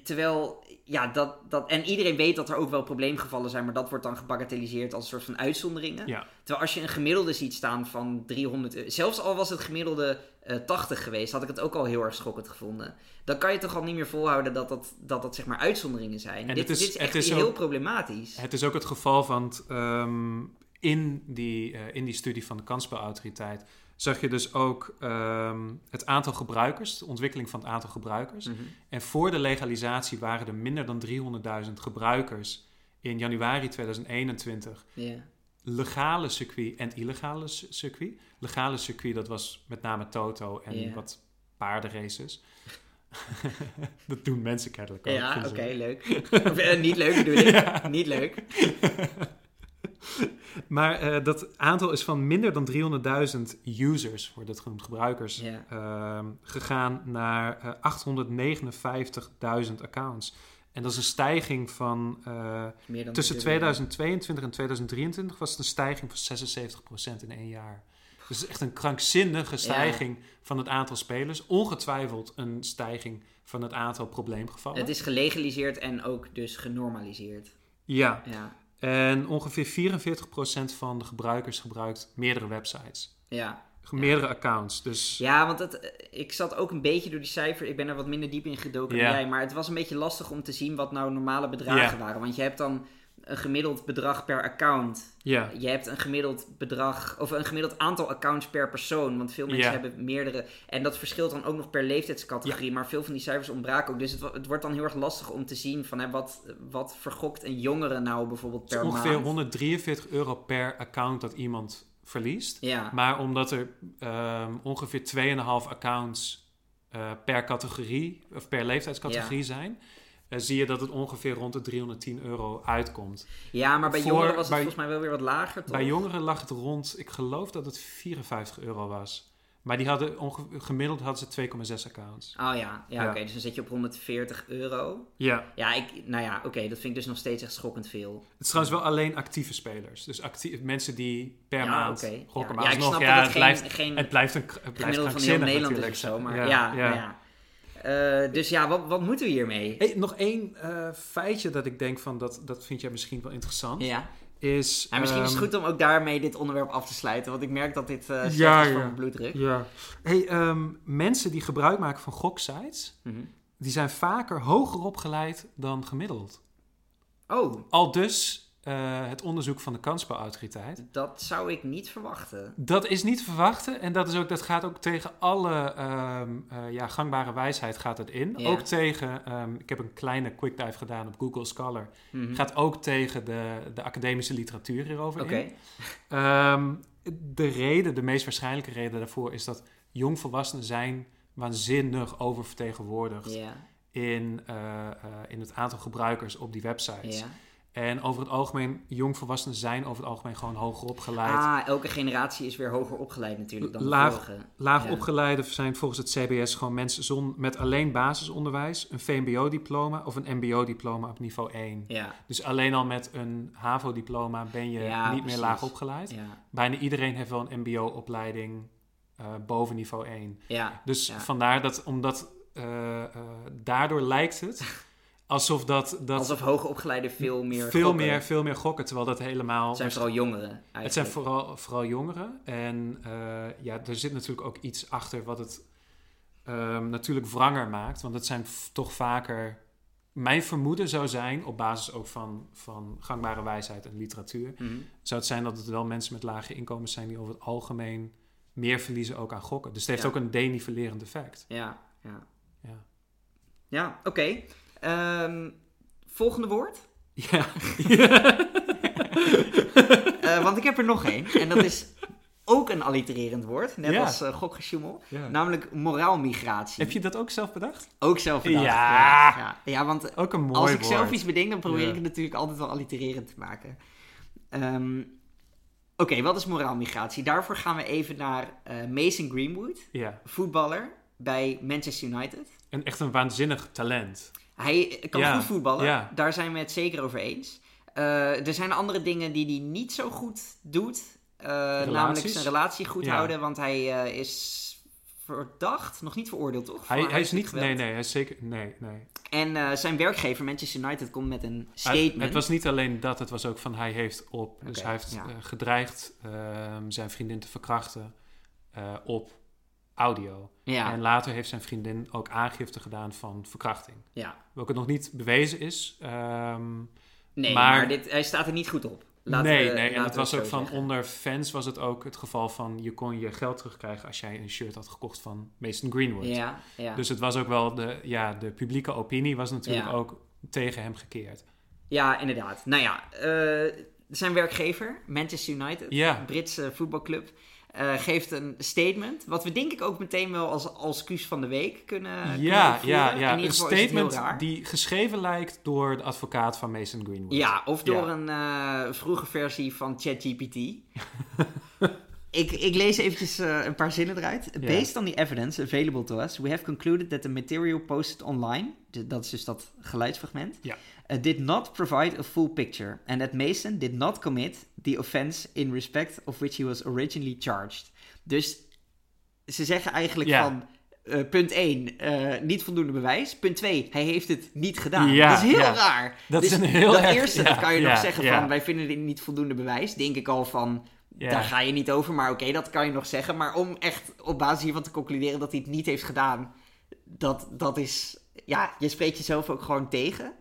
[SPEAKER 1] Terwijl, ja, dat, dat... En iedereen weet dat er ook wel probleemgevallen zijn... maar dat wordt dan gebagatelliseerd als een soort van uitzonderingen.
[SPEAKER 2] Ja,
[SPEAKER 1] Terwijl als je een gemiddelde ziet staan van 300 euro, zelfs al was het gemiddelde eh, 80 geweest, had ik het ook al heel erg schokkend gevonden. Dan kan je toch al niet meer volhouden dat dat, dat, dat zeg maar uitzonderingen zijn.
[SPEAKER 2] En
[SPEAKER 1] dit,
[SPEAKER 2] het is-
[SPEAKER 1] dit is
[SPEAKER 2] het
[SPEAKER 1] echt
[SPEAKER 2] is
[SPEAKER 1] heel
[SPEAKER 2] ook-
[SPEAKER 1] problematisch.
[SPEAKER 2] het is ook het geval, want ehm, in, die, eh, in die studie van de kansspelautoriteit zag je dus ook ehm, het aantal gebruikers, de ontwikkeling van het aantal gebruikers.
[SPEAKER 1] Mhm.
[SPEAKER 2] En voor de legalisatie waren er minder dan 300.000 gebruikers in januari 2021.
[SPEAKER 1] Ja.
[SPEAKER 2] Legale circuit en illegale c- circuit. Legale circuit, dat was met name Toto en
[SPEAKER 1] Ja.
[SPEAKER 2] wat paardenraces. dat doen mensen kennelijk ook.
[SPEAKER 1] Ja,
[SPEAKER 2] vinden
[SPEAKER 1] oké,
[SPEAKER 2] ze.
[SPEAKER 1] leuk. Of, eh, niet leuk bedoel ik. Niet leuk.
[SPEAKER 2] Maar eh, dat aantal is van minder dan 300.000 users, wordt dat genoemd, gebruikers,
[SPEAKER 1] Ja.
[SPEAKER 2] ehm, gegaan naar eh, 859.000 accounts. En dat is een stijging van eh,
[SPEAKER 1] Meer dan
[SPEAKER 2] tussen
[SPEAKER 1] de-
[SPEAKER 2] 2022 en 2023 was het een stijging van 76% in één jaar. Dus het is echt een krankzinnige stijging van het aantal spelers. Ongetwijfeld een stijging van het aantal probleemgevallen.
[SPEAKER 1] Het is gelegaliseerd en ook dus genormaliseerd.
[SPEAKER 2] Ja,
[SPEAKER 1] Ja,
[SPEAKER 2] en ongeveer 44% van de gebruikers gebruikt meerdere websites.
[SPEAKER 1] ja.
[SPEAKER 2] Meerdere accounts. Dus
[SPEAKER 1] ja want het, eh, ik zat ook een beetje door die cijfer. Ik ben er wat minder diep in gedoken
[SPEAKER 2] Ja.
[SPEAKER 1] dan jij. Maar het was een beetje lastig om te zien wat nou normale bedragen waren. Want je hebt dan een gemiddeld bedrag per account.
[SPEAKER 2] ja,
[SPEAKER 1] Je hebt een gemiddeld bedrag, of een gemiddeld aantal accounts per persoon. Want veel mensen
[SPEAKER 2] Ja.
[SPEAKER 1] hebben meerdere. En dat verschilt dan ook nog per leeftijdscategorie. Maar veel van die cijfers ontbraken ook. Dus het, wa- het wordt dan heel erg lastig om te zien van hè, wat, wat vergokt een jongere nou bijvoorbeeld
[SPEAKER 2] het is
[SPEAKER 1] per
[SPEAKER 2] Dus ongeveer
[SPEAKER 1] maand.
[SPEAKER 2] 143 euro per account dat iemand verliest.
[SPEAKER 1] Ja,
[SPEAKER 2] Maar omdat er ehm, ongeveer 2,5 accounts eh, per categorie of per leeftijdscategorie zijn, eh, zie je dat het ongeveer rond de 310 euro uitkomt.
[SPEAKER 1] ja maar bij
[SPEAKER 2] Voor-
[SPEAKER 1] jongeren was het
[SPEAKER 2] bij-
[SPEAKER 1] volgens mij wel weer wat lager, toch?
[SPEAKER 2] Bij jongeren lag het rond, ik geloof dat het 54 euro was. Maar die hadden onge- gemiddeld hadden ze 2,6 accounts.
[SPEAKER 1] Oh ja, ja,
[SPEAKER 2] Ja.
[SPEAKER 1] oké. Dus dan zit je op 140 euro.
[SPEAKER 2] Ja.
[SPEAKER 1] Ja, ik, nou ja, oké. dat vind ik dus nog steeds echt schokkend veel.
[SPEAKER 2] Het is trouwens wel alleen actieve spelers. Dus actieve mensen die per
[SPEAKER 1] Ja,
[SPEAKER 2] maand
[SPEAKER 1] oké.
[SPEAKER 2] gokken.
[SPEAKER 1] Ja.
[SPEAKER 2] Maar
[SPEAKER 1] Ja, ik
[SPEAKER 2] alsnog,
[SPEAKER 1] snap
[SPEAKER 2] ja,
[SPEAKER 1] dat het
[SPEAKER 2] het,
[SPEAKER 1] geen-
[SPEAKER 2] blijft,
[SPEAKER 1] geen-
[SPEAKER 2] het blijft een het blijft
[SPEAKER 1] Gemiddeld van heel
[SPEAKER 2] krankzinnig
[SPEAKER 1] Nederland is
[SPEAKER 2] natuurlijk.
[SPEAKER 1] of zo. Maar ja,
[SPEAKER 2] Ja,
[SPEAKER 1] ja.
[SPEAKER 2] ja.
[SPEAKER 1] Eh, dus ja, wat, wat moeten we hiermee?
[SPEAKER 2] Hey, nog één eh, feitje dat ik denk van, dat, dat vind jij misschien wel interessant.
[SPEAKER 1] Ja.
[SPEAKER 2] Is,
[SPEAKER 1] Ja, misschien is het
[SPEAKER 2] ehm,
[SPEAKER 1] goed om ook daarmee dit onderwerp af te sluiten, want ik merk dat dit eh slecht
[SPEAKER 2] Ja,
[SPEAKER 1] is voor
[SPEAKER 2] ja.
[SPEAKER 1] mijn bloeddruk.
[SPEAKER 2] Ja. Hey, ehm, mensen die gebruik maken van goksites,
[SPEAKER 1] Mhm.
[SPEAKER 2] die zijn vaker hoger opgeleid dan gemiddeld.
[SPEAKER 1] Oh,
[SPEAKER 2] Al dus eh, het onderzoek van de kansspelautoriteit.
[SPEAKER 1] dat zou ik niet verwachten.
[SPEAKER 2] Dat is niet te verwachten en dat, is ook, dat gaat ook tegen alle ehm, eh, ja, gangbare wijsheid gaat het in.
[SPEAKER 1] Ja.
[SPEAKER 2] Ook tegen, ehm, ik heb een kleine quickdive gedaan op Google Scholar.
[SPEAKER 1] Mhm.
[SPEAKER 2] Gaat ook tegen de, de academische literatuur hierover
[SPEAKER 1] Oké,
[SPEAKER 2] in. Ehm, de reden, de meest waarschijnlijke reden daarvoor is dat jongvolwassenen zijn waanzinnig oververtegenwoordigd
[SPEAKER 1] ja,
[SPEAKER 2] in, eh, eh, in het aantal gebruikers op die websites.
[SPEAKER 1] ja.
[SPEAKER 2] En over het algemeen, jongvolwassenen zijn over het algemeen gewoon hoger opgeleid.
[SPEAKER 1] Ah, elke generatie is weer hoger opgeleid natuurlijk dan de
[SPEAKER 2] Laag-
[SPEAKER 1] vorige.
[SPEAKER 2] Laag
[SPEAKER 1] ja.
[SPEAKER 2] opgeleide zijn volgens het CBS gewoon mensen zon, met alleen basisonderwijs, een VMBO-diploma of een MBO-diploma op niveau 1.
[SPEAKER 1] Ja,
[SPEAKER 2] Dus alleen al met een HAVO-diploma ben je
[SPEAKER 1] Ja,
[SPEAKER 2] niet
[SPEAKER 1] precies.
[SPEAKER 2] meer laag opgeleid.
[SPEAKER 1] ja,
[SPEAKER 2] Bijna iedereen heeft wel een MBO-opleiding eh, boven niveau 1.
[SPEAKER 1] ja.
[SPEAKER 2] Dus
[SPEAKER 1] Ja.
[SPEAKER 2] vandaar dat, omdat eh, eh, daardoor lijkt het alsof dat, dat
[SPEAKER 1] Alsof hoger opgeleiden veel meer
[SPEAKER 2] veel,
[SPEAKER 1] gokken.
[SPEAKER 2] meer, veel meer gokken, terwijl dat helemaal.
[SPEAKER 1] Het zijn vooral jongeren eigenlijk.
[SPEAKER 2] het zijn vooral, vooral jongeren. En eh, ja, er zit natuurlijk ook iets achter wat het ehm, natuurlijk wranger maakt. Want het zijn f- toch vaker. Mijn vermoeden zou zijn, op basis ook van, van gangbare wijsheid en literatuur,
[SPEAKER 1] Mhm.
[SPEAKER 2] zou het zijn dat het wel mensen met lage inkomens zijn die over het algemeen meer verliezen ook aan gokken. Dus het heeft
[SPEAKER 1] Ja.
[SPEAKER 2] ook een denivelerend effect.
[SPEAKER 1] Ja, ja.
[SPEAKER 2] Ja.
[SPEAKER 1] Ja, oké. Ehm, volgende woord?
[SPEAKER 2] Ja.
[SPEAKER 1] Eh, want ik heb er nog één. En dat is ook een allitererend woord. Net
[SPEAKER 2] Ja.
[SPEAKER 1] als eh gokgesjoemel.
[SPEAKER 2] Ja.
[SPEAKER 1] Namelijk moraalmigratie.
[SPEAKER 2] Heb je dat ook zelf bedacht?
[SPEAKER 1] Ook zelf bedacht.
[SPEAKER 2] Ja.
[SPEAKER 1] ja. Ja, want
[SPEAKER 2] Ook een mooi
[SPEAKER 1] als ik
[SPEAKER 2] woord.
[SPEAKER 1] zelf iets bedenk, dan probeer
[SPEAKER 2] Ja.
[SPEAKER 1] ik het natuurlijk altijd wel allitererend te maken. Ehm, Oké, wat is moraalmigratie? Daarvoor gaan we even naar eh, Mason Greenwood,
[SPEAKER 2] Ja,
[SPEAKER 1] voetballer bij Manchester United.
[SPEAKER 2] en echt een waanzinnig talent.
[SPEAKER 1] Hij kan
[SPEAKER 2] Ja,
[SPEAKER 1] goed voetballen,
[SPEAKER 2] ja.
[SPEAKER 1] daar zijn we het zeker over eens. Eh, er zijn andere dingen die hij niet zo goed doet. eh, namelijk zijn relatie goed
[SPEAKER 2] Ja.
[SPEAKER 1] houden, want hij eh, is verdacht, nog niet veroordeeld toch?
[SPEAKER 2] Hij,
[SPEAKER 1] Voor
[SPEAKER 2] hij is
[SPEAKER 1] huiselijk
[SPEAKER 2] niet... Nee,
[SPEAKER 1] geweld.
[SPEAKER 2] nee, hij is zeker... Nee, nee.
[SPEAKER 1] En eh, zijn werkgever Manchester United komt met een
[SPEAKER 2] Hij-
[SPEAKER 1] statement.
[SPEAKER 2] het was niet alleen dat, het was ook van hij heeft op... dus
[SPEAKER 1] Oké,
[SPEAKER 2] hij heeft
[SPEAKER 1] ja.
[SPEAKER 2] eh, gedreigd ehm, zijn vriendin te verkrachten eh, op audio.
[SPEAKER 1] ja,
[SPEAKER 2] En later heeft zijn vriendin ook aangifte gedaan van verkrachting.
[SPEAKER 1] ja.
[SPEAKER 2] Welke nog niet bewezen is. ehm,
[SPEAKER 1] Nee, maar,
[SPEAKER 2] maar-
[SPEAKER 1] dit, hij staat er niet goed op. Laten
[SPEAKER 2] nee,
[SPEAKER 1] we-
[SPEAKER 2] nee. En
[SPEAKER 1] laten
[SPEAKER 2] dat
[SPEAKER 1] we het
[SPEAKER 2] was ook
[SPEAKER 1] zo
[SPEAKER 2] van
[SPEAKER 1] zeggen.
[SPEAKER 2] onder fans was het ook het geval van je kon je geld terugkrijgen als jij een shirt had gekocht van Mason Greenwood.
[SPEAKER 1] Ja, ja.
[SPEAKER 2] Dus het was ook wel de, ja, de publieke opinie was natuurlijk
[SPEAKER 1] Ja.
[SPEAKER 2] ook tegen hem gekeerd.
[SPEAKER 1] ja, inderdaad. Nou ja, eh, zijn werkgever Manchester United
[SPEAKER 2] Ja,
[SPEAKER 1] Britse voetbalclub. eh, geeft een statement. Wat we denk ik ook meteen wel als, als kuus van de week kunnen kunnen
[SPEAKER 2] ja,
[SPEAKER 1] opvoeren.
[SPEAKER 2] ja, ja.
[SPEAKER 1] In ieder
[SPEAKER 2] Een
[SPEAKER 1] geval is het heel
[SPEAKER 2] statement
[SPEAKER 1] raar.
[SPEAKER 2] die geschreven lijkt door de advocaat van Mason Greenwood.
[SPEAKER 1] Ja, of door
[SPEAKER 2] Ja.
[SPEAKER 1] een eh, vroege versie van ChatGPT. ik, ik lees eventjes eh, een paar zinnen eruit.
[SPEAKER 2] Ja.
[SPEAKER 1] Based on the evidence available to us, we have concluded that the material posted online, d- dat is dus dat geluidsfragment,
[SPEAKER 2] Ja.
[SPEAKER 1] eh, did not provide a full picture and that Mason did not commit the offense in respect of which he was originally charged. Dus ze zeggen eigenlijk
[SPEAKER 2] Ja.
[SPEAKER 1] van... eh, punt 1, niet voldoende bewijs. Punt 2, hij heeft het niet gedaan.
[SPEAKER 2] Ja,
[SPEAKER 1] dat is heel
[SPEAKER 2] ja.
[SPEAKER 1] raar.
[SPEAKER 2] Dat
[SPEAKER 1] Dus
[SPEAKER 2] is een heel
[SPEAKER 1] dat
[SPEAKER 2] erg-
[SPEAKER 1] eerste,
[SPEAKER 2] ja,
[SPEAKER 1] dat kan je
[SPEAKER 2] ja,
[SPEAKER 1] nog zeggen
[SPEAKER 2] ja.
[SPEAKER 1] van, wij vinden dit niet voldoende bewijs. Denk ik al van,
[SPEAKER 2] Ja.
[SPEAKER 1] daar ga je niet over, maar oké, dat kan je nog zeggen. Maar om echt op basis hiervan te concluderen dat hij het niet heeft gedaan, dat, dat is, ja, je spreekt jezelf ook gewoon tegen.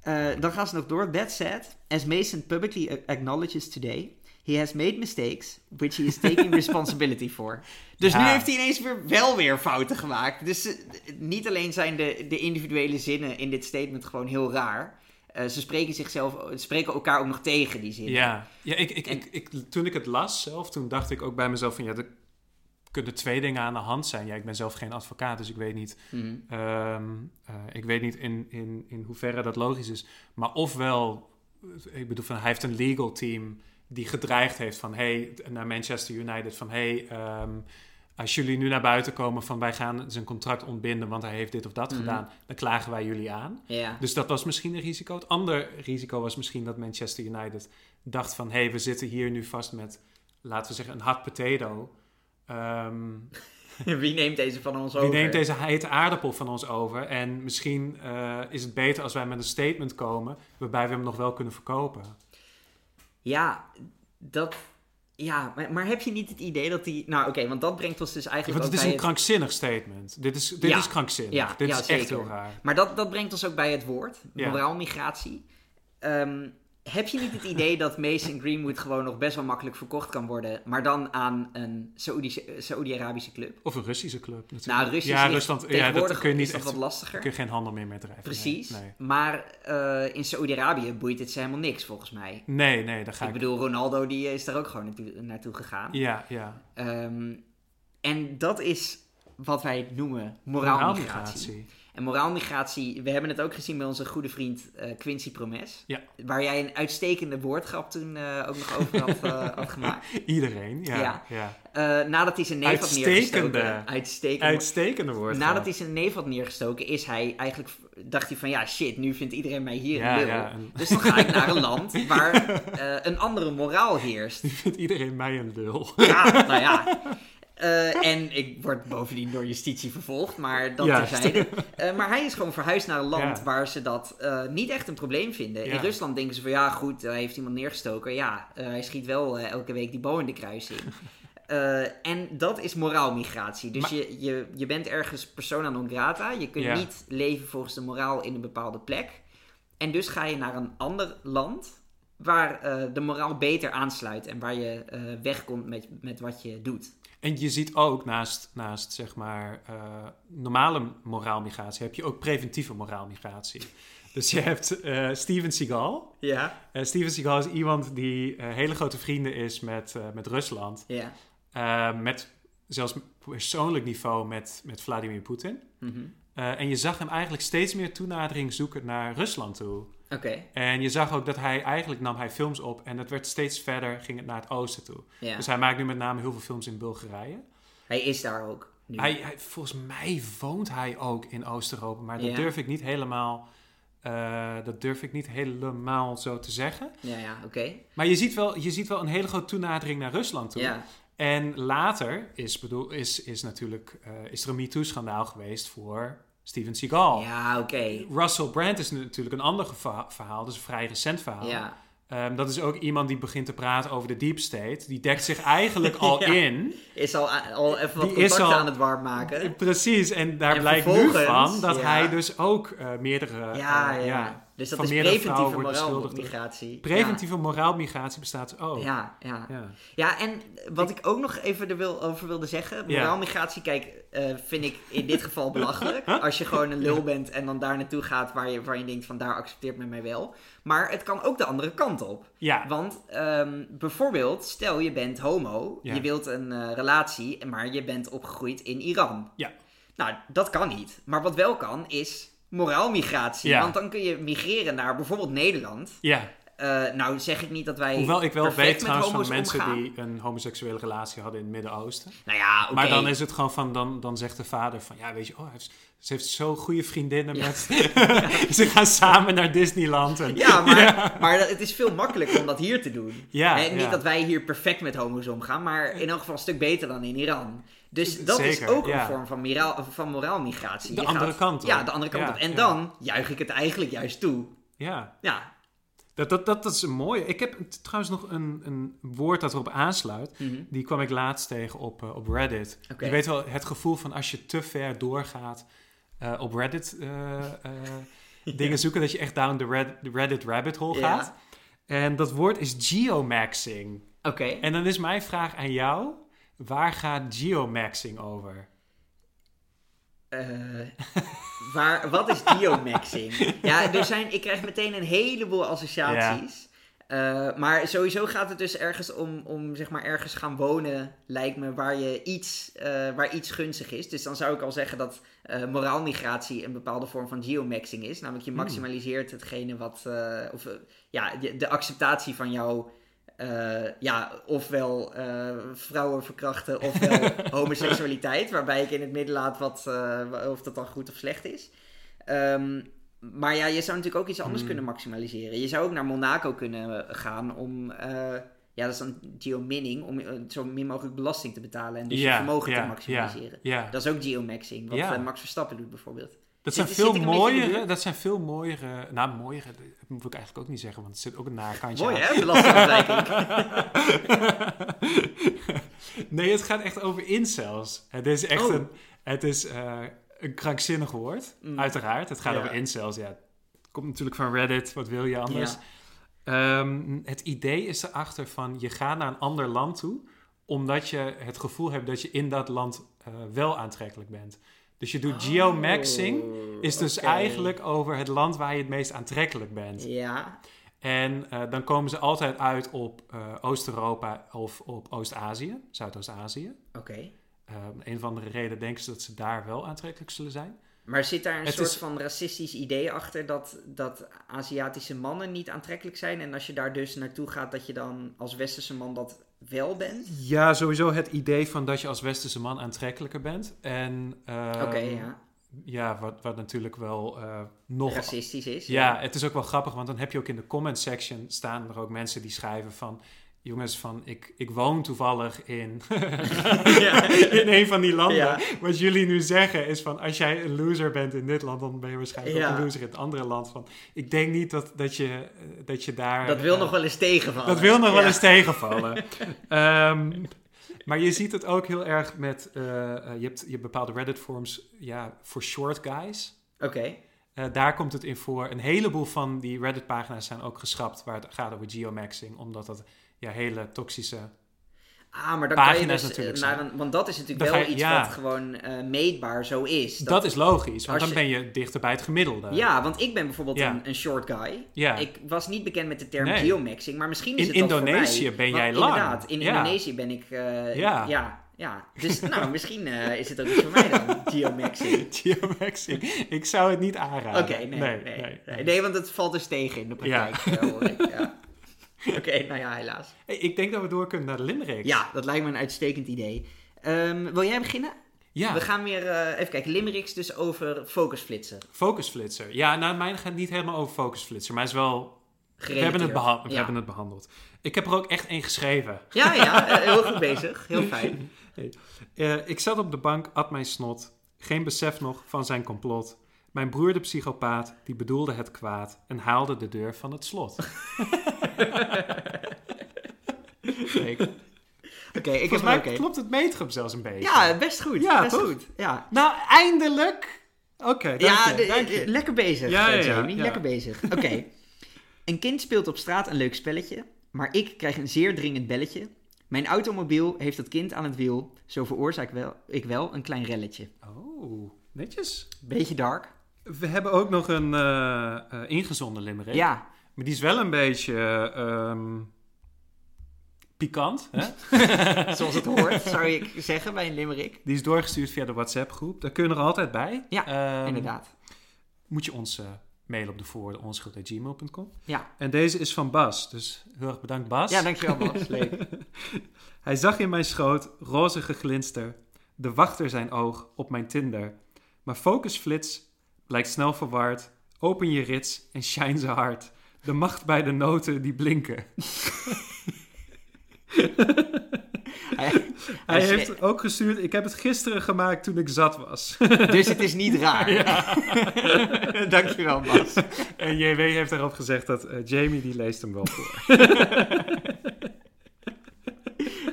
[SPEAKER 1] Eh, dan gaan ze nog door. That said, as Mason publicly acknowledges today, he has made mistakes, which he is taking responsibility for. Dus nu
[SPEAKER 2] Ja.
[SPEAKER 1] heeft hij ineens weer, wel weer fouten gemaakt. Dus eh, niet alleen zijn de, de individuele zinnen in dit statement gewoon heel raar. eh, ze spreken zichzelf, spreken elkaar ook nog tegen, die zinnen.
[SPEAKER 2] Ja, ja ik, ik, ik, ik- toen ik het las zelf, toen dacht ik ook bij mezelf van ja, er kunnen twee dingen aan de hand zijn. Ja, ik ben zelf geen advocaat, dus ik weet niet,
[SPEAKER 1] Mhm.
[SPEAKER 2] ehm, eh, ik weet niet in, in, in hoeverre dat logisch is. Maar ofwel, eh, ik bedoel van hij heeft een legal team die gedreigd heeft van hey, naar Manchester United van hey, ehm, als jullie nu naar buiten komen van wij gaan zijn contract ontbinden, want hij heeft dit of dat
[SPEAKER 1] Mhm.
[SPEAKER 2] gedaan, dan klagen wij jullie aan.
[SPEAKER 1] Ja.
[SPEAKER 2] Dus dat was misschien een risico. Het andere risico was misschien dat Manchester United dacht van... hé, hey, we zitten hier nu vast met, laten we zeggen, een hot potato. Ehm,
[SPEAKER 1] Wie neemt deze van ons
[SPEAKER 2] die
[SPEAKER 1] over?
[SPEAKER 2] neemt deze hete aardappel van ons over. En misschien eh, is het beter als wij met een statement komen... waarbij we hem nog wel kunnen verkopen.
[SPEAKER 1] Ja, dat... Ja, maar, maar heb je niet het idee dat die... Nou, oké, want dat brengt ons dus
[SPEAKER 2] Want
[SPEAKER 1] eigenlijk
[SPEAKER 2] het
[SPEAKER 1] ook
[SPEAKER 2] is
[SPEAKER 1] bij
[SPEAKER 2] een
[SPEAKER 1] het-
[SPEAKER 2] krankzinnig statement. Dit is, dit
[SPEAKER 1] Ja.
[SPEAKER 2] is krankzinnig.
[SPEAKER 1] Ja,
[SPEAKER 2] dit
[SPEAKER 1] ja,
[SPEAKER 2] is echt
[SPEAKER 1] zeker.
[SPEAKER 2] heel raar.
[SPEAKER 1] Maar dat, dat brengt ons ook bij het woord,
[SPEAKER 2] Ja.
[SPEAKER 1] moraal migratie. Ehm, heb je niet het idee dat Mason Greenwood gewoon nog best wel makkelijk verkocht kan worden, maar dan aan een Saoedische- eh, Saoedi-Arabische club?
[SPEAKER 2] Of een Russische club natuurlijk.
[SPEAKER 1] Nou, Russisch
[SPEAKER 2] ja,
[SPEAKER 1] is
[SPEAKER 2] Rusland, ja,
[SPEAKER 1] tegenwoordig
[SPEAKER 2] dat kun je
[SPEAKER 1] is
[SPEAKER 2] niet
[SPEAKER 1] dat
[SPEAKER 2] echt...
[SPEAKER 1] wat lastiger.
[SPEAKER 2] kun je geen handel meer mee drijven. Nee,
[SPEAKER 1] Precies.
[SPEAKER 2] Nee,
[SPEAKER 1] Maar eh, in Saoedi-Arabië boeit het ze helemaal niks, volgens mij.
[SPEAKER 2] nee, nee daar ga
[SPEAKER 1] Ik
[SPEAKER 2] ik...
[SPEAKER 1] bedoel, Ronaldo die is daar ook gewoon naartoe, naartoe gegaan.
[SPEAKER 2] Ja, ja.
[SPEAKER 1] Ehm, en dat is wat wij noemen moraalmigratie.
[SPEAKER 2] Moraalmigratie.
[SPEAKER 1] En moraalmigratie, we hebben het ook gezien bij onze goede vriend eh, Quincy Promes.
[SPEAKER 2] Ja.
[SPEAKER 1] Waar jij een uitstekende woordgrap toen eh, ook nog over had, eh, had gemaakt.
[SPEAKER 2] Iedereen, ja.
[SPEAKER 1] Ja.
[SPEAKER 2] ja.
[SPEAKER 1] Eh, nadat hij zijn neef had neergestoken.
[SPEAKER 2] Uitstekende.
[SPEAKER 1] Uitstekende.
[SPEAKER 2] Uitstekende woord.
[SPEAKER 1] Nadat hij zijn neef had neergestoken, is hij eigenlijk, dacht hij van ja shit, nu vindt iedereen mij hier
[SPEAKER 2] Ja,
[SPEAKER 1] een lul.
[SPEAKER 2] ja, en-
[SPEAKER 1] Dus dan ga ik naar een land waar eh, een andere moraal heerst.
[SPEAKER 2] vindt iedereen mij een lul.
[SPEAKER 1] Ja, nou ja. Eh, en ik word bovendien door justitie vervolgd, maar dat
[SPEAKER 2] Ja.
[SPEAKER 1] terzijde. Eh, maar hij is gewoon verhuisd naar een land
[SPEAKER 2] Ja.
[SPEAKER 1] waar ze dat eh, niet echt een probleem vinden. In
[SPEAKER 2] Ja.
[SPEAKER 1] Rusland denken ze van ja, goed, hij heeft iemand neergestoken. Ja, eh, hij schiet wel eh, elke week die bal in de kruising. Eh, en dat is moraalmigratie. Dus
[SPEAKER 2] Maar-
[SPEAKER 1] je, je, je bent ergens persona non grata. Je kunt
[SPEAKER 2] Ja.
[SPEAKER 1] niet leven volgens de moraal in een bepaalde plek. En dus ga je naar een ander land waar eh, de moraal beter aansluit en waar je eh, wegkomt met, met wat je doet.
[SPEAKER 2] En je ziet ook naast, naast zeg maar, eh, normale moraalmigratie, heb je ook preventieve moraalmigratie. Dus je hebt eh, Steven Seagal.
[SPEAKER 1] Ja.
[SPEAKER 2] Eh, Steven Seagal is iemand die eh, hele grote vrienden is met, eh, met Rusland.
[SPEAKER 1] Ja.
[SPEAKER 2] Eh, met zelfs persoonlijk niveau met, met Vladimir Poetin.
[SPEAKER 1] Mhm.
[SPEAKER 2] Eh, en je zag hem eigenlijk steeds meer toenadering zoeken naar Rusland toe.
[SPEAKER 1] Oké.
[SPEAKER 2] En je zag ook dat hij eigenlijk nam hij films op en het werd steeds verder, ging het naar het oosten toe.
[SPEAKER 1] Ja.
[SPEAKER 2] Dus hij maakt nu met name heel veel films in Bulgarije.
[SPEAKER 1] Hij is daar ook nu.
[SPEAKER 2] Hij, hij- volgens mij woont hij ook in Oost-Europa, maar dat
[SPEAKER 1] Ja.
[SPEAKER 2] durf ik niet helemaal, eh, dat durf ik niet helemaal zo te zeggen.
[SPEAKER 1] Ja, ja, oké.
[SPEAKER 2] Maar je ziet wel, je ziet wel een hele grote toenadering naar Rusland toe.
[SPEAKER 1] Ja.
[SPEAKER 2] En later is, bedoel, is, is natuurlijk eh, is er een MeToo-schandaal geweest voor Steven Seagal.
[SPEAKER 1] Ja, oké.
[SPEAKER 2] Russell Brand is natuurlijk een ander geva- verhaal, dus een vrij recent verhaal.
[SPEAKER 1] Ja.
[SPEAKER 2] Ehm, dat is ook iemand die begint te praten over de deep state. Die dekt zich eigenlijk al
[SPEAKER 1] Ja.
[SPEAKER 2] in.
[SPEAKER 1] Is al, eh, al even wat
[SPEAKER 2] Die is
[SPEAKER 1] contacten
[SPEAKER 2] al-
[SPEAKER 1] aan het warm maken.
[SPEAKER 2] Eh, Precies, en daar
[SPEAKER 1] En
[SPEAKER 2] blijkt nu
[SPEAKER 1] vervolgens,
[SPEAKER 2] van dat
[SPEAKER 1] ja.
[SPEAKER 2] hij dus ook eh, meerdere...
[SPEAKER 1] Ja, ja.
[SPEAKER 2] eh, ja.
[SPEAKER 1] Dus dat
[SPEAKER 2] Van
[SPEAKER 1] is
[SPEAKER 2] meerdere
[SPEAKER 1] preventieve
[SPEAKER 2] vrouwen wordt beschuldigd.
[SPEAKER 1] moraalmigratie.
[SPEAKER 2] Preventieve moraalmigratie bestaat
[SPEAKER 1] Ja,
[SPEAKER 2] ook.
[SPEAKER 1] ja, ja.
[SPEAKER 2] Oh. Ja.
[SPEAKER 1] Ja, en wat ik ook nog even er wil, over wilde zeggen.
[SPEAKER 2] Ja.
[SPEAKER 1] Moraalmigratie, kijk, eh, vind ik in dit geval belachelijk. Als je gewoon een lul bent en dan daar naartoe gaat waar je, waar je denkt van daar accepteert men mij wel. Maar het kan ook de andere kant op.
[SPEAKER 2] Ja.
[SPEAKER 1] Want ehm, bijvoorbeeld, stel je bent homo,
[SPEAKER 2] Ja.
[SPEAKER 1] je wilt een eh, relatie, maar je bent opgegroeid in Iran.
[SPEAKER 2] Ja.
[SPEAKER 1] Nou, dat kan niet. Maar wat wel kan, is moraalmigratie.
[SPEAKER 2] Ja.
[SPEAKER 1] Want dan kun je migreren naar bijvoorbeeld Nederland.
[SPEAKER 2] Ja.
[SPEAKER 1] Eh, nou, zeg ik niet dat wij.
[SPEAKER 2] Hoewel ik wel
[SPEAKER 1] perfect
[SPEAKER 2] weet
[SPEAKER 1] met
[SPEAKER 2] trouwens van
[SPEAKER 1] homo's
[SPEAKER 2] mensen
[SPEAKER 1] omgaan.
[SPEAKER 2] die een homoseksuele relatie hadden in het Midden-Oosten.
[SPEAKER 1] Nou ja, oké.
[SPEAKER 2] Maar dan is het gewoon van, dan, dan zegt de vader van, ja weet je, oh, hij heeft, ze heeft zo'n goede vriendinnen met, ze gaan samen naar Disneyland. En,
[SPEAKER 1] Ja, maar, maar dat- het is veel makkelijker om dat hier te doen.
[SPEAKER 2] Ja,
[SPEAKER 1] Hè, niet
[SPEAKER 2] ja.
[SPEAKER 1] dat wij hier perfect met homo's omgaan, maar in elk geval een stuk beter dan in Iran. Dus dat is
[SPEAKER 2] Zeker,
[SPEAKER 1] ook
[SPEAKER 2] ja.
[SPEAKER 1] een vorm van, miraal, van moraalmigratie.
[SPEAKER 2] De
[SPEAKER 1] Je
[SPEAKER 2] andere kant op.
[SPEAKER 1] Ja, de andere kant
[SPEAKER 2] Ja,
[SPEAKER 1] op. En
[SPEAKER 2] ja.
[SPEAKER 1] dan juich ik het eigenlijk juist toe.
[SPEAKER 2] ja.
[SPEAKER 1] Ja,
[SPEAKER 2] Dat, dat, dat, dat is een mooie. Ik heb t- trouwens nog een, een woord dat erop aansluit.
[SPEAKER 1] Mhm.
[SPEAKER 2] Die kwam ik laatst tegen op, eh, op Reddit.
[SPEAKER 1] Oké.
[SPEAKER 2] Je weet wel, het gevoel van als je te ver doorgaat eh, op Reddit eh, eh, dingen zoeken, dat je echt down de red- de Reddit rabbit hole
[SPEAKER 1] Ja.
[SPEAKER 2] gaat. En dat woord is geomaxing.
[SPEAKER 1] oké.
[SPEAKER 2] En dan is mijn vraag aan jou, waar gaat geomaxing over?
[SPEAKER 1] Eh, waar, wat is geomaxing? ja, er zijn, ik krijg meteen een heleboel associaties. Eh, maar sowieso gaat het dus ergens om, om zeg maar ergens gaan wonen, lijkt me, waar, je iets, eh, waar iets gunstig is. Dus dan zou ik al zeggen dat eh, moraalmigratie een bepaalde vorm van geomaxing is. Namelijk je maximaliseert hetgene wat, eh, of eh, ja, de, de acceptatie van jouw, eh, ja, ofwel eh, vrouwen verkrachten, ofwel homoseksualiteit. Waarbij ik in het midden laat wat, eh, of dat dan goed of slecht is. Ehm, maar ja, je zou natuurlijk ook iets
[SPEAKER 2] Hmm.
[SPEAKER 1] anders kunnen maximaliseren. Je zou ook naar Monaco kunnen gaan om... eh, ja, dat is dan geominning, om eh, zo min mogelijk belasting te betalen en dus je vermogen te maximaliseren.
[SPEAKER 2] Ja, ja.
[SPEAKER 1] Dat is ook geomaxing, wat
[SPEAKER 2] Ja.
[SPEAKER 1] eh, Max Verstappen doet bijvoorbeeld.
[SPEAKER 2] Dat
[SPEAKER 1] Zit-
[SPEAKER 2] zijn,
[SPEAKER 1] zit
[SPEAKER 2] veel
[SPEAKER 1] ik een beetje in de
[SPEAKER 2] mooiere,
[SPEAKER 1] buurt?
[SPEAKER 2] dat zijn veel mooiere... Nou, mooiere, dat moet ik eigenlijk ook niet zeggen, want het zit ook een nakantje
[SPEAKER 1] Mooi
[SPEAKER 2] aan.
[SPEAKER 1] hè, belastingontwijking.
[SPEAKER 2] nee, het gaat echt over incels. Het is echt
[SPEAKER 1] Oh.
[SPEAKER 2] een, het is, eh, een krankzinnig woord,
[SPEAKER 1] Mm.
[SPEAKER 2] uiteraard. Het gaat
[SPEAKER 1] Ja.
[SPEAKER 2] over incels, ja. Het komt natuurlijk van Reddit, wat wil je anders? Ehm, het idee is erachter van, je gaat naar een ander land toe... omdat je het gevoel hebt dat je in dat land eh, wel aantrekkelijk bent. Dus je doet geomaxing,
[SPEAKER 1] Oh,
[SPEAKER 2] is dus
[SPEAKER 1] oké.
[SPEAKER 2] eigenlijk over het land waar je het meest aantrekkelijk bent.
[SPEAKER 1] Ja,
[SPEAKER 2] En eh, dan komen ze altijd uit op eh, Oost-Europa of op Oost-Azië, Zuidoost-Azië.
[SPEAKER 1] oké.
[SPEAKER 2] Eh, om een of andere reden denken ze dat ze daar wel aantrekkelijk zullen zijn.
[SPEAKER 1] Maar zit daar een
[SPEAKER 2] Het
[SPEAKER 1] soort
[SPEAKER 2] is-
[SPEAKER 1] van racistisch idee achter dat, dat Aziatische mannen niet aantrekkelijk zijn? En als je daar dus naartoe gaat, dat je dan als westerse man dat wel bent?
[SPEAKER 2] Ja, sowieso het idee van dat je als westerse man aantrekkelijker bent. En eh,
[SPEAKER 1] Oké, ja.
[SPEAKER 2] ja, wat, wat natuurlijk wel eh, nog
[SPEAKER 1] Racistisch is.
[SPEAKER 2] Ja, het is ook wel grappig, want dan heb je ook in de comment section staan er ook mensen die schrijven van... Jongens, van ik, ik woon toevallig in,
[SPEAKER 1] Ja.
[SPEAKER 2] in een van die landen.
[SPEAKER 1] Ja.
[SPEAKER 2] Wat jullie nu zeggen is van als jij een loser bent in dit land, dan ben je waarschijnlijk ook
[SPEAKER 1] Ja.
[SPEAKER 2] een loser in het andere land. Van, ik denk niet dat, dat, je, eh, dat je daar...
[SPEAKER 1] Dat wil
[SPEAKER 2] eh,
[SPEAKER 1] nog wel eens tegenvallen.
[SPEAKER 2] dat wil nog wel
[SPEAKER 1] Ja.
[SPEAKER 2] eens tegenvallen. Ehm, maar je ziet het ook heel erg met... eh, eh, je, hebt, je hebt bepaalde Reddit-forums ja, voor short guys.
[SPEAKER 1] Oké,
[SPEAKER 2] Eh, daar komt het in voor. Een heleboel van die Reddit-pagina's zijn ook geschrapt waar het gaat over geomaxing, omdat dat ja, hele toxische.
[SPEAKER 1] Ah, maar dan kan je
[SPEAKER 2] Pagina's
[SPEAKER 1] dus
[SPEAKER 2] natuurlijk
[SPEAKER 1] eh,
[SPEAKER 2] zijn.
[SPEAKER 1] naar een... Want dat is natuurlijk
[SPEAKER 2] Dan
[SPEAKER 1] wel
[SPEAKER 2] ga je-
[SPEAKER 1] iets
[SPEAKER 2] ja.
[SPEAKER 1] wat gewoon eh, meetbaar zo is.
[SPEAKER 2] Dat, is logisch, want
[SPEAKER 1] als
[SPEAKER 2] dan
[SPEAKER 1] je-
[SPEAKER 2] ben je dichter bij het gemiddelde.
[SPEAKER 1] Ja, want ik ben bijvoorbeeld
[SPEAKER 2] Ja.
[SPEAKER 1] een, een short guy.
[SPEAKER 2] Ja.
[SPEAKER 1] Ik was niet bekend met de term
[SPEAKER 2] Nee.
[SPEAKER 1] geomaxing, maar misschien is
[SPEAKER 2] In
[SPEAKER 1] het dat voor
[SPEAKER 2] Indonesië
[SPEAKER 1] mij.
[SPEAKER 2] ben
[SPEAKER 1] Want
[SPEAKER 2] jij lang.
[SPEAKER 1] Inderdaad, in
[SPEAKER 2] Ja.
[SPEAKER 1] Indonesië ben ik... eh,
[SPEAKER 2] Ja.
[SPEAKER 1] ja. ja. Dus nou, misschien eh, is het ook iets voor mij dan, geomaxing.
[SPEAKER 2] geomaxing. Ik zou het niet
[SPEAKER 1] Oké,
[SPEAKER 2] aanraden.
[SPEAKER 1] nee, nee, nee, Nee, want het valt dus tegen in de praktijk. eh, hoor ik, ja. Oké, nou ja, helaas.
[SPEAKER 2] Hey, ik denk dat we door kunnen naar de limericks.
[SPEAKER 1] Ja, dat lijkt me een uitstekend idee. Ehm, wil jij beginnen?
[SPEAKER 2] Ja,
[SPEAKER 1] We gaan weer eh, even kijken. Limericks dus over focusflitsen.
[SPEAKER 2] focusflitser. Ja, nou, mijn gaat niet helemaal over focusflitser, maar het is wel... We
[SPEAKER 1] Gerelateerd.
[SPEAKER 2] hebben het, beha- we
[SPEAKER 1] ja.
[SPEAKER 2] hebben het behandeld. Ik heb er ook echt één geschreven.
[SPEAKER 1] Ja, ja, eh, heel goed bezig. Heel fijn.
[SPEAKER 2] Eh, ik zat op de bank, at mijn snot. Geen besef nog van zijn complot. Mijn broer de psychopaat, die bedoelde het kwaad en haalde de deur van het slot. Nee,
[SPEAKER 1] Oké, ik heb
[SPEAKER 2] volgens
[SPEAKER 1] hem
[SPEAKER 2] mij
[SPEAKER 1] oké.
[SPEAKER 2] klopt het metrum zelfs een beetje.
[SPEAKER 1] Ja, best goed.
[SPEAKER 2] Ja,
[SPEAKER 1] best
[SPEAKER 2] toch?
[SPEAKER 1] goed. Ja.
[SPEAKER 2] Nou, eindelijk Oké, dank
[SPEAKER 1] ja,
[SPEAKER 2] je.
[SPEAKER 1] de-
[SPEAKER 2] dank
[SPEAKER 1] de-
[SPEAKER 2] je.
[SPEAKER 1] lekker bezig,
[SPEAKER 2] Ja,
[SPEAKER 1] eh,
[SPEAKER 2] ja, ja,
[SPEAKER 1] Jamie.
[SPEAKER 2] ja.
[SPEAKER 1] Lekker bezig. Oké. een kind speelt op straat een leuk spelletje, maar ik krijg een zeer dringend belletje. Mijn automobiel heeft dat kind aan het wiel, zo veroorzaak wel, ik wel een klein relletje.
[SPEAKER 2] Oh, netjes.
[SPEAKER 1] Beetje dark.
[SPEAKER 2] We hebben ook nog een eh, eh, ingezonden limerick.
[SPEAKER 1] Ja,
[SPEAKER 2] Maar die is wel een beetje ehm, pikant. Hè?
[SPEAKER 1] zoals het hoort, zou ik zeggen bij een limerick.
[SPEAKER 2] Die is doorgestuurd via de WhatsApp-groep. Daar kun je er altijd bij.
[SPEAKER 1] Ja,
[SPEAKER 2] Ehm,
[SPEAKER 1] Inderdaad.
[SPEAKER 2] Moet je ons eh, mailen op de voorwoorden onschuld.gmail.com.
[SPEAKER 1] Ja.
[SPEAKER 2] En deze is van Bas. Dus heel erg bedankt, Bas.
[SPEAKER 1] Ja, dankjewel Bas. Leuk.
[SPEAKER 2] Hij zag in mijn schoot rozige glinster, de wachter zijn oog op mijn Tinder. Maar focusflits blijkt snel verward, open je rits en shine ze hard. De macht bij de noten die blinken.
[SPEAKER 1] Hij-
[SPEAKER 2] Hij
[SPEAKER 1] hij
[SPEAKER 2] heeft ook gestuurd, ik heb het gisteren gemaakt toen ik zat was.
[SPEAKER 1] Dus het is niet raar. Dankjewel, Bas.
[SPEAKER 2] en JW heeft daarop gezegd dat eh, Jamie die leest hem wel voor.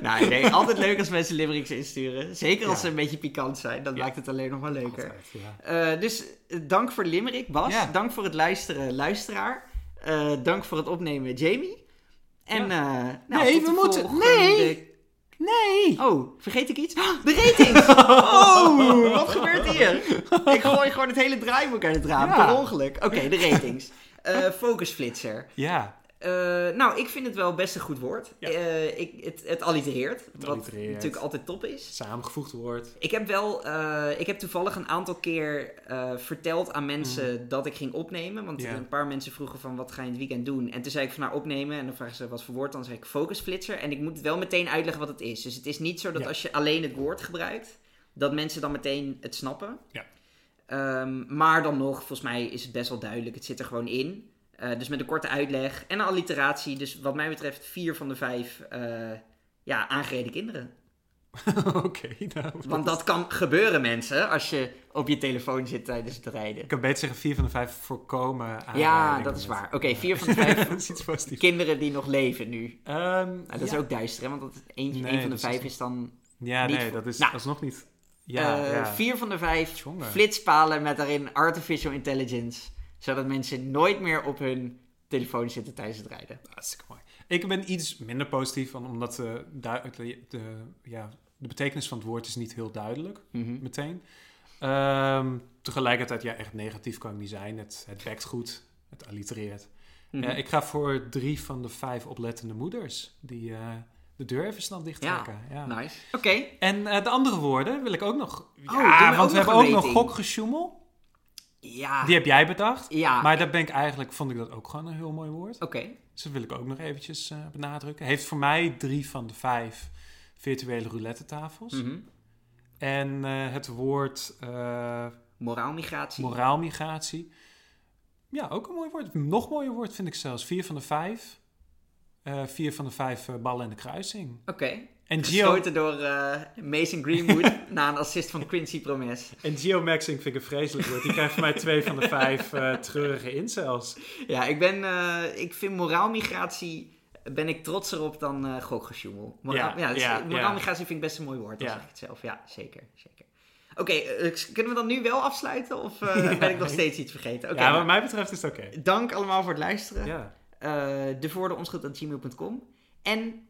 [SPEAKER 1] Nou, nee, altijd leuk als mensen limericks insturen. Zeker als
[SPEAKER 2] Ja.
[SPEAKER 1] ze een beetje pikant zijn. Dat
[SPEAKER 2] Ja.
[SPEAKER 1] maakt het alleen nog maar leuker.
[SPEAKER 2] Altijd, ja.
[SPEAKER 1] Eh, dus eh, dank voor limerick, Bas.
[SPEAKER 2] Ja.
[SPEAKER 1] Dank voor het luisteren, luisteraar. Eh, dank voor het opnemen, Jamie. En, eh, nou,
[SPEAKER 2] Nee,
[SPEAKER 1] tot
[SPEAKER 2] we
[SPEAKER 1] de
[SPEAKER 2] moeten-
[SPEAKER 1] volgende-
[SPEAKER 2] nee! Nee!
[SPEAKER 1] Oh, vergeet ik iets? Ah, De ratings! Oh, wat gebeurt hier? Ik gooi gewoon het hele draaiboek uit het raam,
[SPEAKER 2] Ja.
[SPEAKER 1] per ongeluk. Oké, de ratings. Eh focusflitser.
[SPEAKER 2] Ja,
[SPEAKER 1] Eh, nou, ik vind het wel best een goed woord.
[SPEAKER 2] Ja.
[SPEAKER 1] Eh, ik, het, het allitereert, wat
[SPEAKER 2] allitereert.
[SPEAKER 1] natuurlijk altijd top is.
[SPEAKER 2] samengevoegd woord.
[SPEAKER 1] Ik heb wel, eh, ik heb toevallig een aantal keer eh, verteld aan mensen dat ik ging opnemen. Want
[SPEAKER 2] Mm. Ja.
[SPEAKER 1] een paar mensen vroegen van, wat ga je in het weekend doen? En toen zei ik van, nou, opnemen. En dan vragen ze, wat voor woord? Dan zei ik focusflitser. En ik moet wel meteen uitleggen wat het is. Dus het is niet zo dat
[SPEAKER 2] Ja.
[SPEAKER 1] als je alleen het woord gebruikt, dat mensen dan meteen het snappen.
[SPEAKER 2] Ja.
[SPEAKER 1] Ehm, maar dan nog, volgens mij is het best wel duidelijk. Het zit er gewoon in. Eh, dus met een korte uitleg en een alliteratie. Dus wat mij betreft vier van de vijf eh, ja, aangereden kinderen.
[SPEAKER 2] Oké, nou.
[SPEAKER 1] Want dat kan gebeuren, mensen, als je op je telefoon zit tijdens het rijden.
[SPEAKER 2] Ik kan beter zeggen 4 van de 5 voorkomen.
[SPEAKER 1] Ja,
[SPEAKER 2] aanrijdingen
[SPEAKER 1] dat is
[SPEAKER 2] met-
[SPEAKER 1] waar. Oké, vier van de vijf
[SPEAKER 2] dat is iets positiefs.
[SPEAKER 1] kinderen die nog leven nu.
[SPEAKER 2] Ehm,
[SPEAKER 1] Nou, dat
[SPEAKER 2] ja.
[SPEAKER 1] is ook duister, hè? Want dat eentje,
[SPEAKER 2] Nee,
[SPEAKER 1] een van de
[SPEAKER 2] dat is
[SPEAKER 1] vijf
[SPEAKER 2] niet-
[SPEAKER 1] is dan...
[SPEAKER 2] Ja,
[SPEAKER 1] niet
[SPEAKER 2] nee,
[SPEAKER 1] voor-
[SPEAKER 2] dat is
[SPEAKER 1] Nou.
[SPEAKER 2] alsnog niet. Ja,
[SPEAKER 1] eh
[SPEAKER 2] ja.
[SPEAKER 1] Vier van de vijf
[SPEAKER 2] Jongen.
[SPEAKER 1] flitspalen met daarin artificial intelligence. Zodat mensen nooit meer op hun telefoon zitten tijdens het rijden.
[SPEAKER 2] Hartstikke mooi. Ik ben iets minder positief, want omdat eh, duid- de, de, ja, de betekenis van het woord is niet heel duidelijk
[SPEAKER 1] Mhm.
[SPEAKER 2] meteen. Ehm, tegelijkertijd, ja, echt negatief kan ik niet zijn. Het, het bekt goed, het allitereert.
[SPEAKER 1] Mhm.
[SPEAKER 2] Eh, ik ga voor drie van de vijf oplettende moeders die eh, de deur even snel dichttrekken. Ja. Nou.
[SPEAKER 1] Nice. Oké.
[SPEAKER 2] En eh, de andere woorden wil ik ook nog.
[SPEAKER 1] doen we ook
[SPEAKER 2] want we
[SPEAKER 1] nog
[SPEAKER 2] hebben
[SPEAKER 1] een
[SPEAKER 2] Oh, ook nog
[SPEAKER 1] rating.
[SPEAKER 2] gokgesjoemel.
[SPEAKER 1] Ja.
[SPEAKER 2] Die heb jij bedacht.
[SPEAKER 1] Ja.
[SPEAKER 2] Maar daar ben ik eigenlijk, vond ik dat ook gewoon een heel mooi woord.
[SPEAKER 1] Oké.
[SPEAKER 2] Dus dat wil ik ook nog eventjes eh, benadrukken. Heeft voor mij drie van de vijf virtuele roulette tafels.
[SPEAKER 1] Mhm.
[SPEAKER 2] En eh, het woord eh,
[SPEAKER 1] Moraalmigratie.
[SPEAKER 2] moraalmigratie. Ja, ook een mooi woord. Een nog mooier woord vind ik zelfs. Vier van de vijf. Eh, vier van de vijf eh, ballen in de kruising.
[SPEAKER 1] Oké.
[SPEAKER 2] En Geo,
[SPEAKER 1] Geschoten door eh, Mason Greenwood na een assist van Quincy Promes.
[SPEAKER 2] en Geo Maxing vind ik een vreselijk woord. Die krijgt voor mij twee van de vijf eh, treurige incels.
[SPEAKER 1] Ja, ik ben, eh, ik vind moraalmigratie, ben ik trotser op dan eh gokgesjoemel. Moraal, ja,
[SPEAKER 2] Ja,
[SPEAKER 1] dat is-
[SPEAKER 2] ja, ja.
[SPEAKER 1] moraalmigratie vind ik best een mooi woord, dat
[SPEAKER 2] Ja.
[SPEAKER 1] zeg ik het zelf. Ja, zeker, zeker. Oké, eh, kunnen we dan nu wel afsluiten of eh, ben ik nog steeds iets vergeten? Oké,
[SPEAKER 2] ja, wat
[SPEAKER 1] nou,
[SPEAKER 2] mij betreft is het oké.
[SPEAKER 1] dank allemaal voor het luisteren. Eh
[SPEAKER 2] Ja,
[SPEAKER 1] de voorde En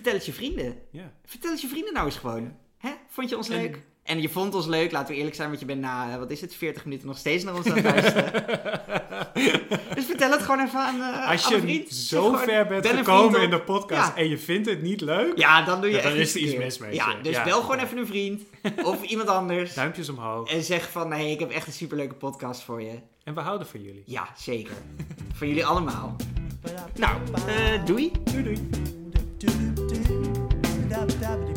[SPEAKER 1] vertel het je vrienden.
[SPEAKER 2] ja.
[SPEAKER 1] Vertel het je vrienden nou eens gewoon.
[SPEAKER 2] Ja.
[SPEAKER 1] Hè? Vond je ons
[SPEAKER 2] En-
[SPEAKER 1] leuk? En je vond ons leuk, laten we eerlijk zijn, want je bent na, eh, wat is het, 40 minuten nog steeds naar ons aan het luisteren. dus vertel het gewoon even aan, eh
[SPEAKER 2] Als
[SPEAKER 1] aan een
[SPEAKER 2] je
[SPEAKER 1] vriend.
[SPEAKER 2] zo
[SPEAKER 1] Gewoon
[SPEAKER 2] ver bent
[SPEAKER 1] bel een vriend
[SPEAKER 2] gekomen
[SPEAKER 1] op.
[SPEAKER 2] in de podcast
[SPEAKER 1] Ja.
[SPEAKER 2] en je vindt het niet leuk,
[SPEAKER 1] Ja, dan doe je
[SPEAKER 2] Ja, dan
[SPEAKER 1] echt
[SPEAKER 2] is er iets
[SPEAKER 1] verkeerd.
[SPEAKER 2] mis mee,
[SPEAKER 1] Ja,
[SPEAKER 2] zeg.
[SPEAKER 1] dus
[SPEAKER 2] Ja.
[SPEAKER 1] bel gewoon even een vriend of iemand anders.
[SPEAKER 2] duimpjes omhoog.
[SPEAKER 1] En zeg van, hé, hey, ik heb echt een superleuke podcast voor je.
[SPEAKER 2] En we houden van jullie.
[SPEAKER 1] Ja, zeker. voor jullie allemaal. Nou, eh, doei.
[SPEAKER 2] Doei doei.
[SPEAKER 3] do do do do do do do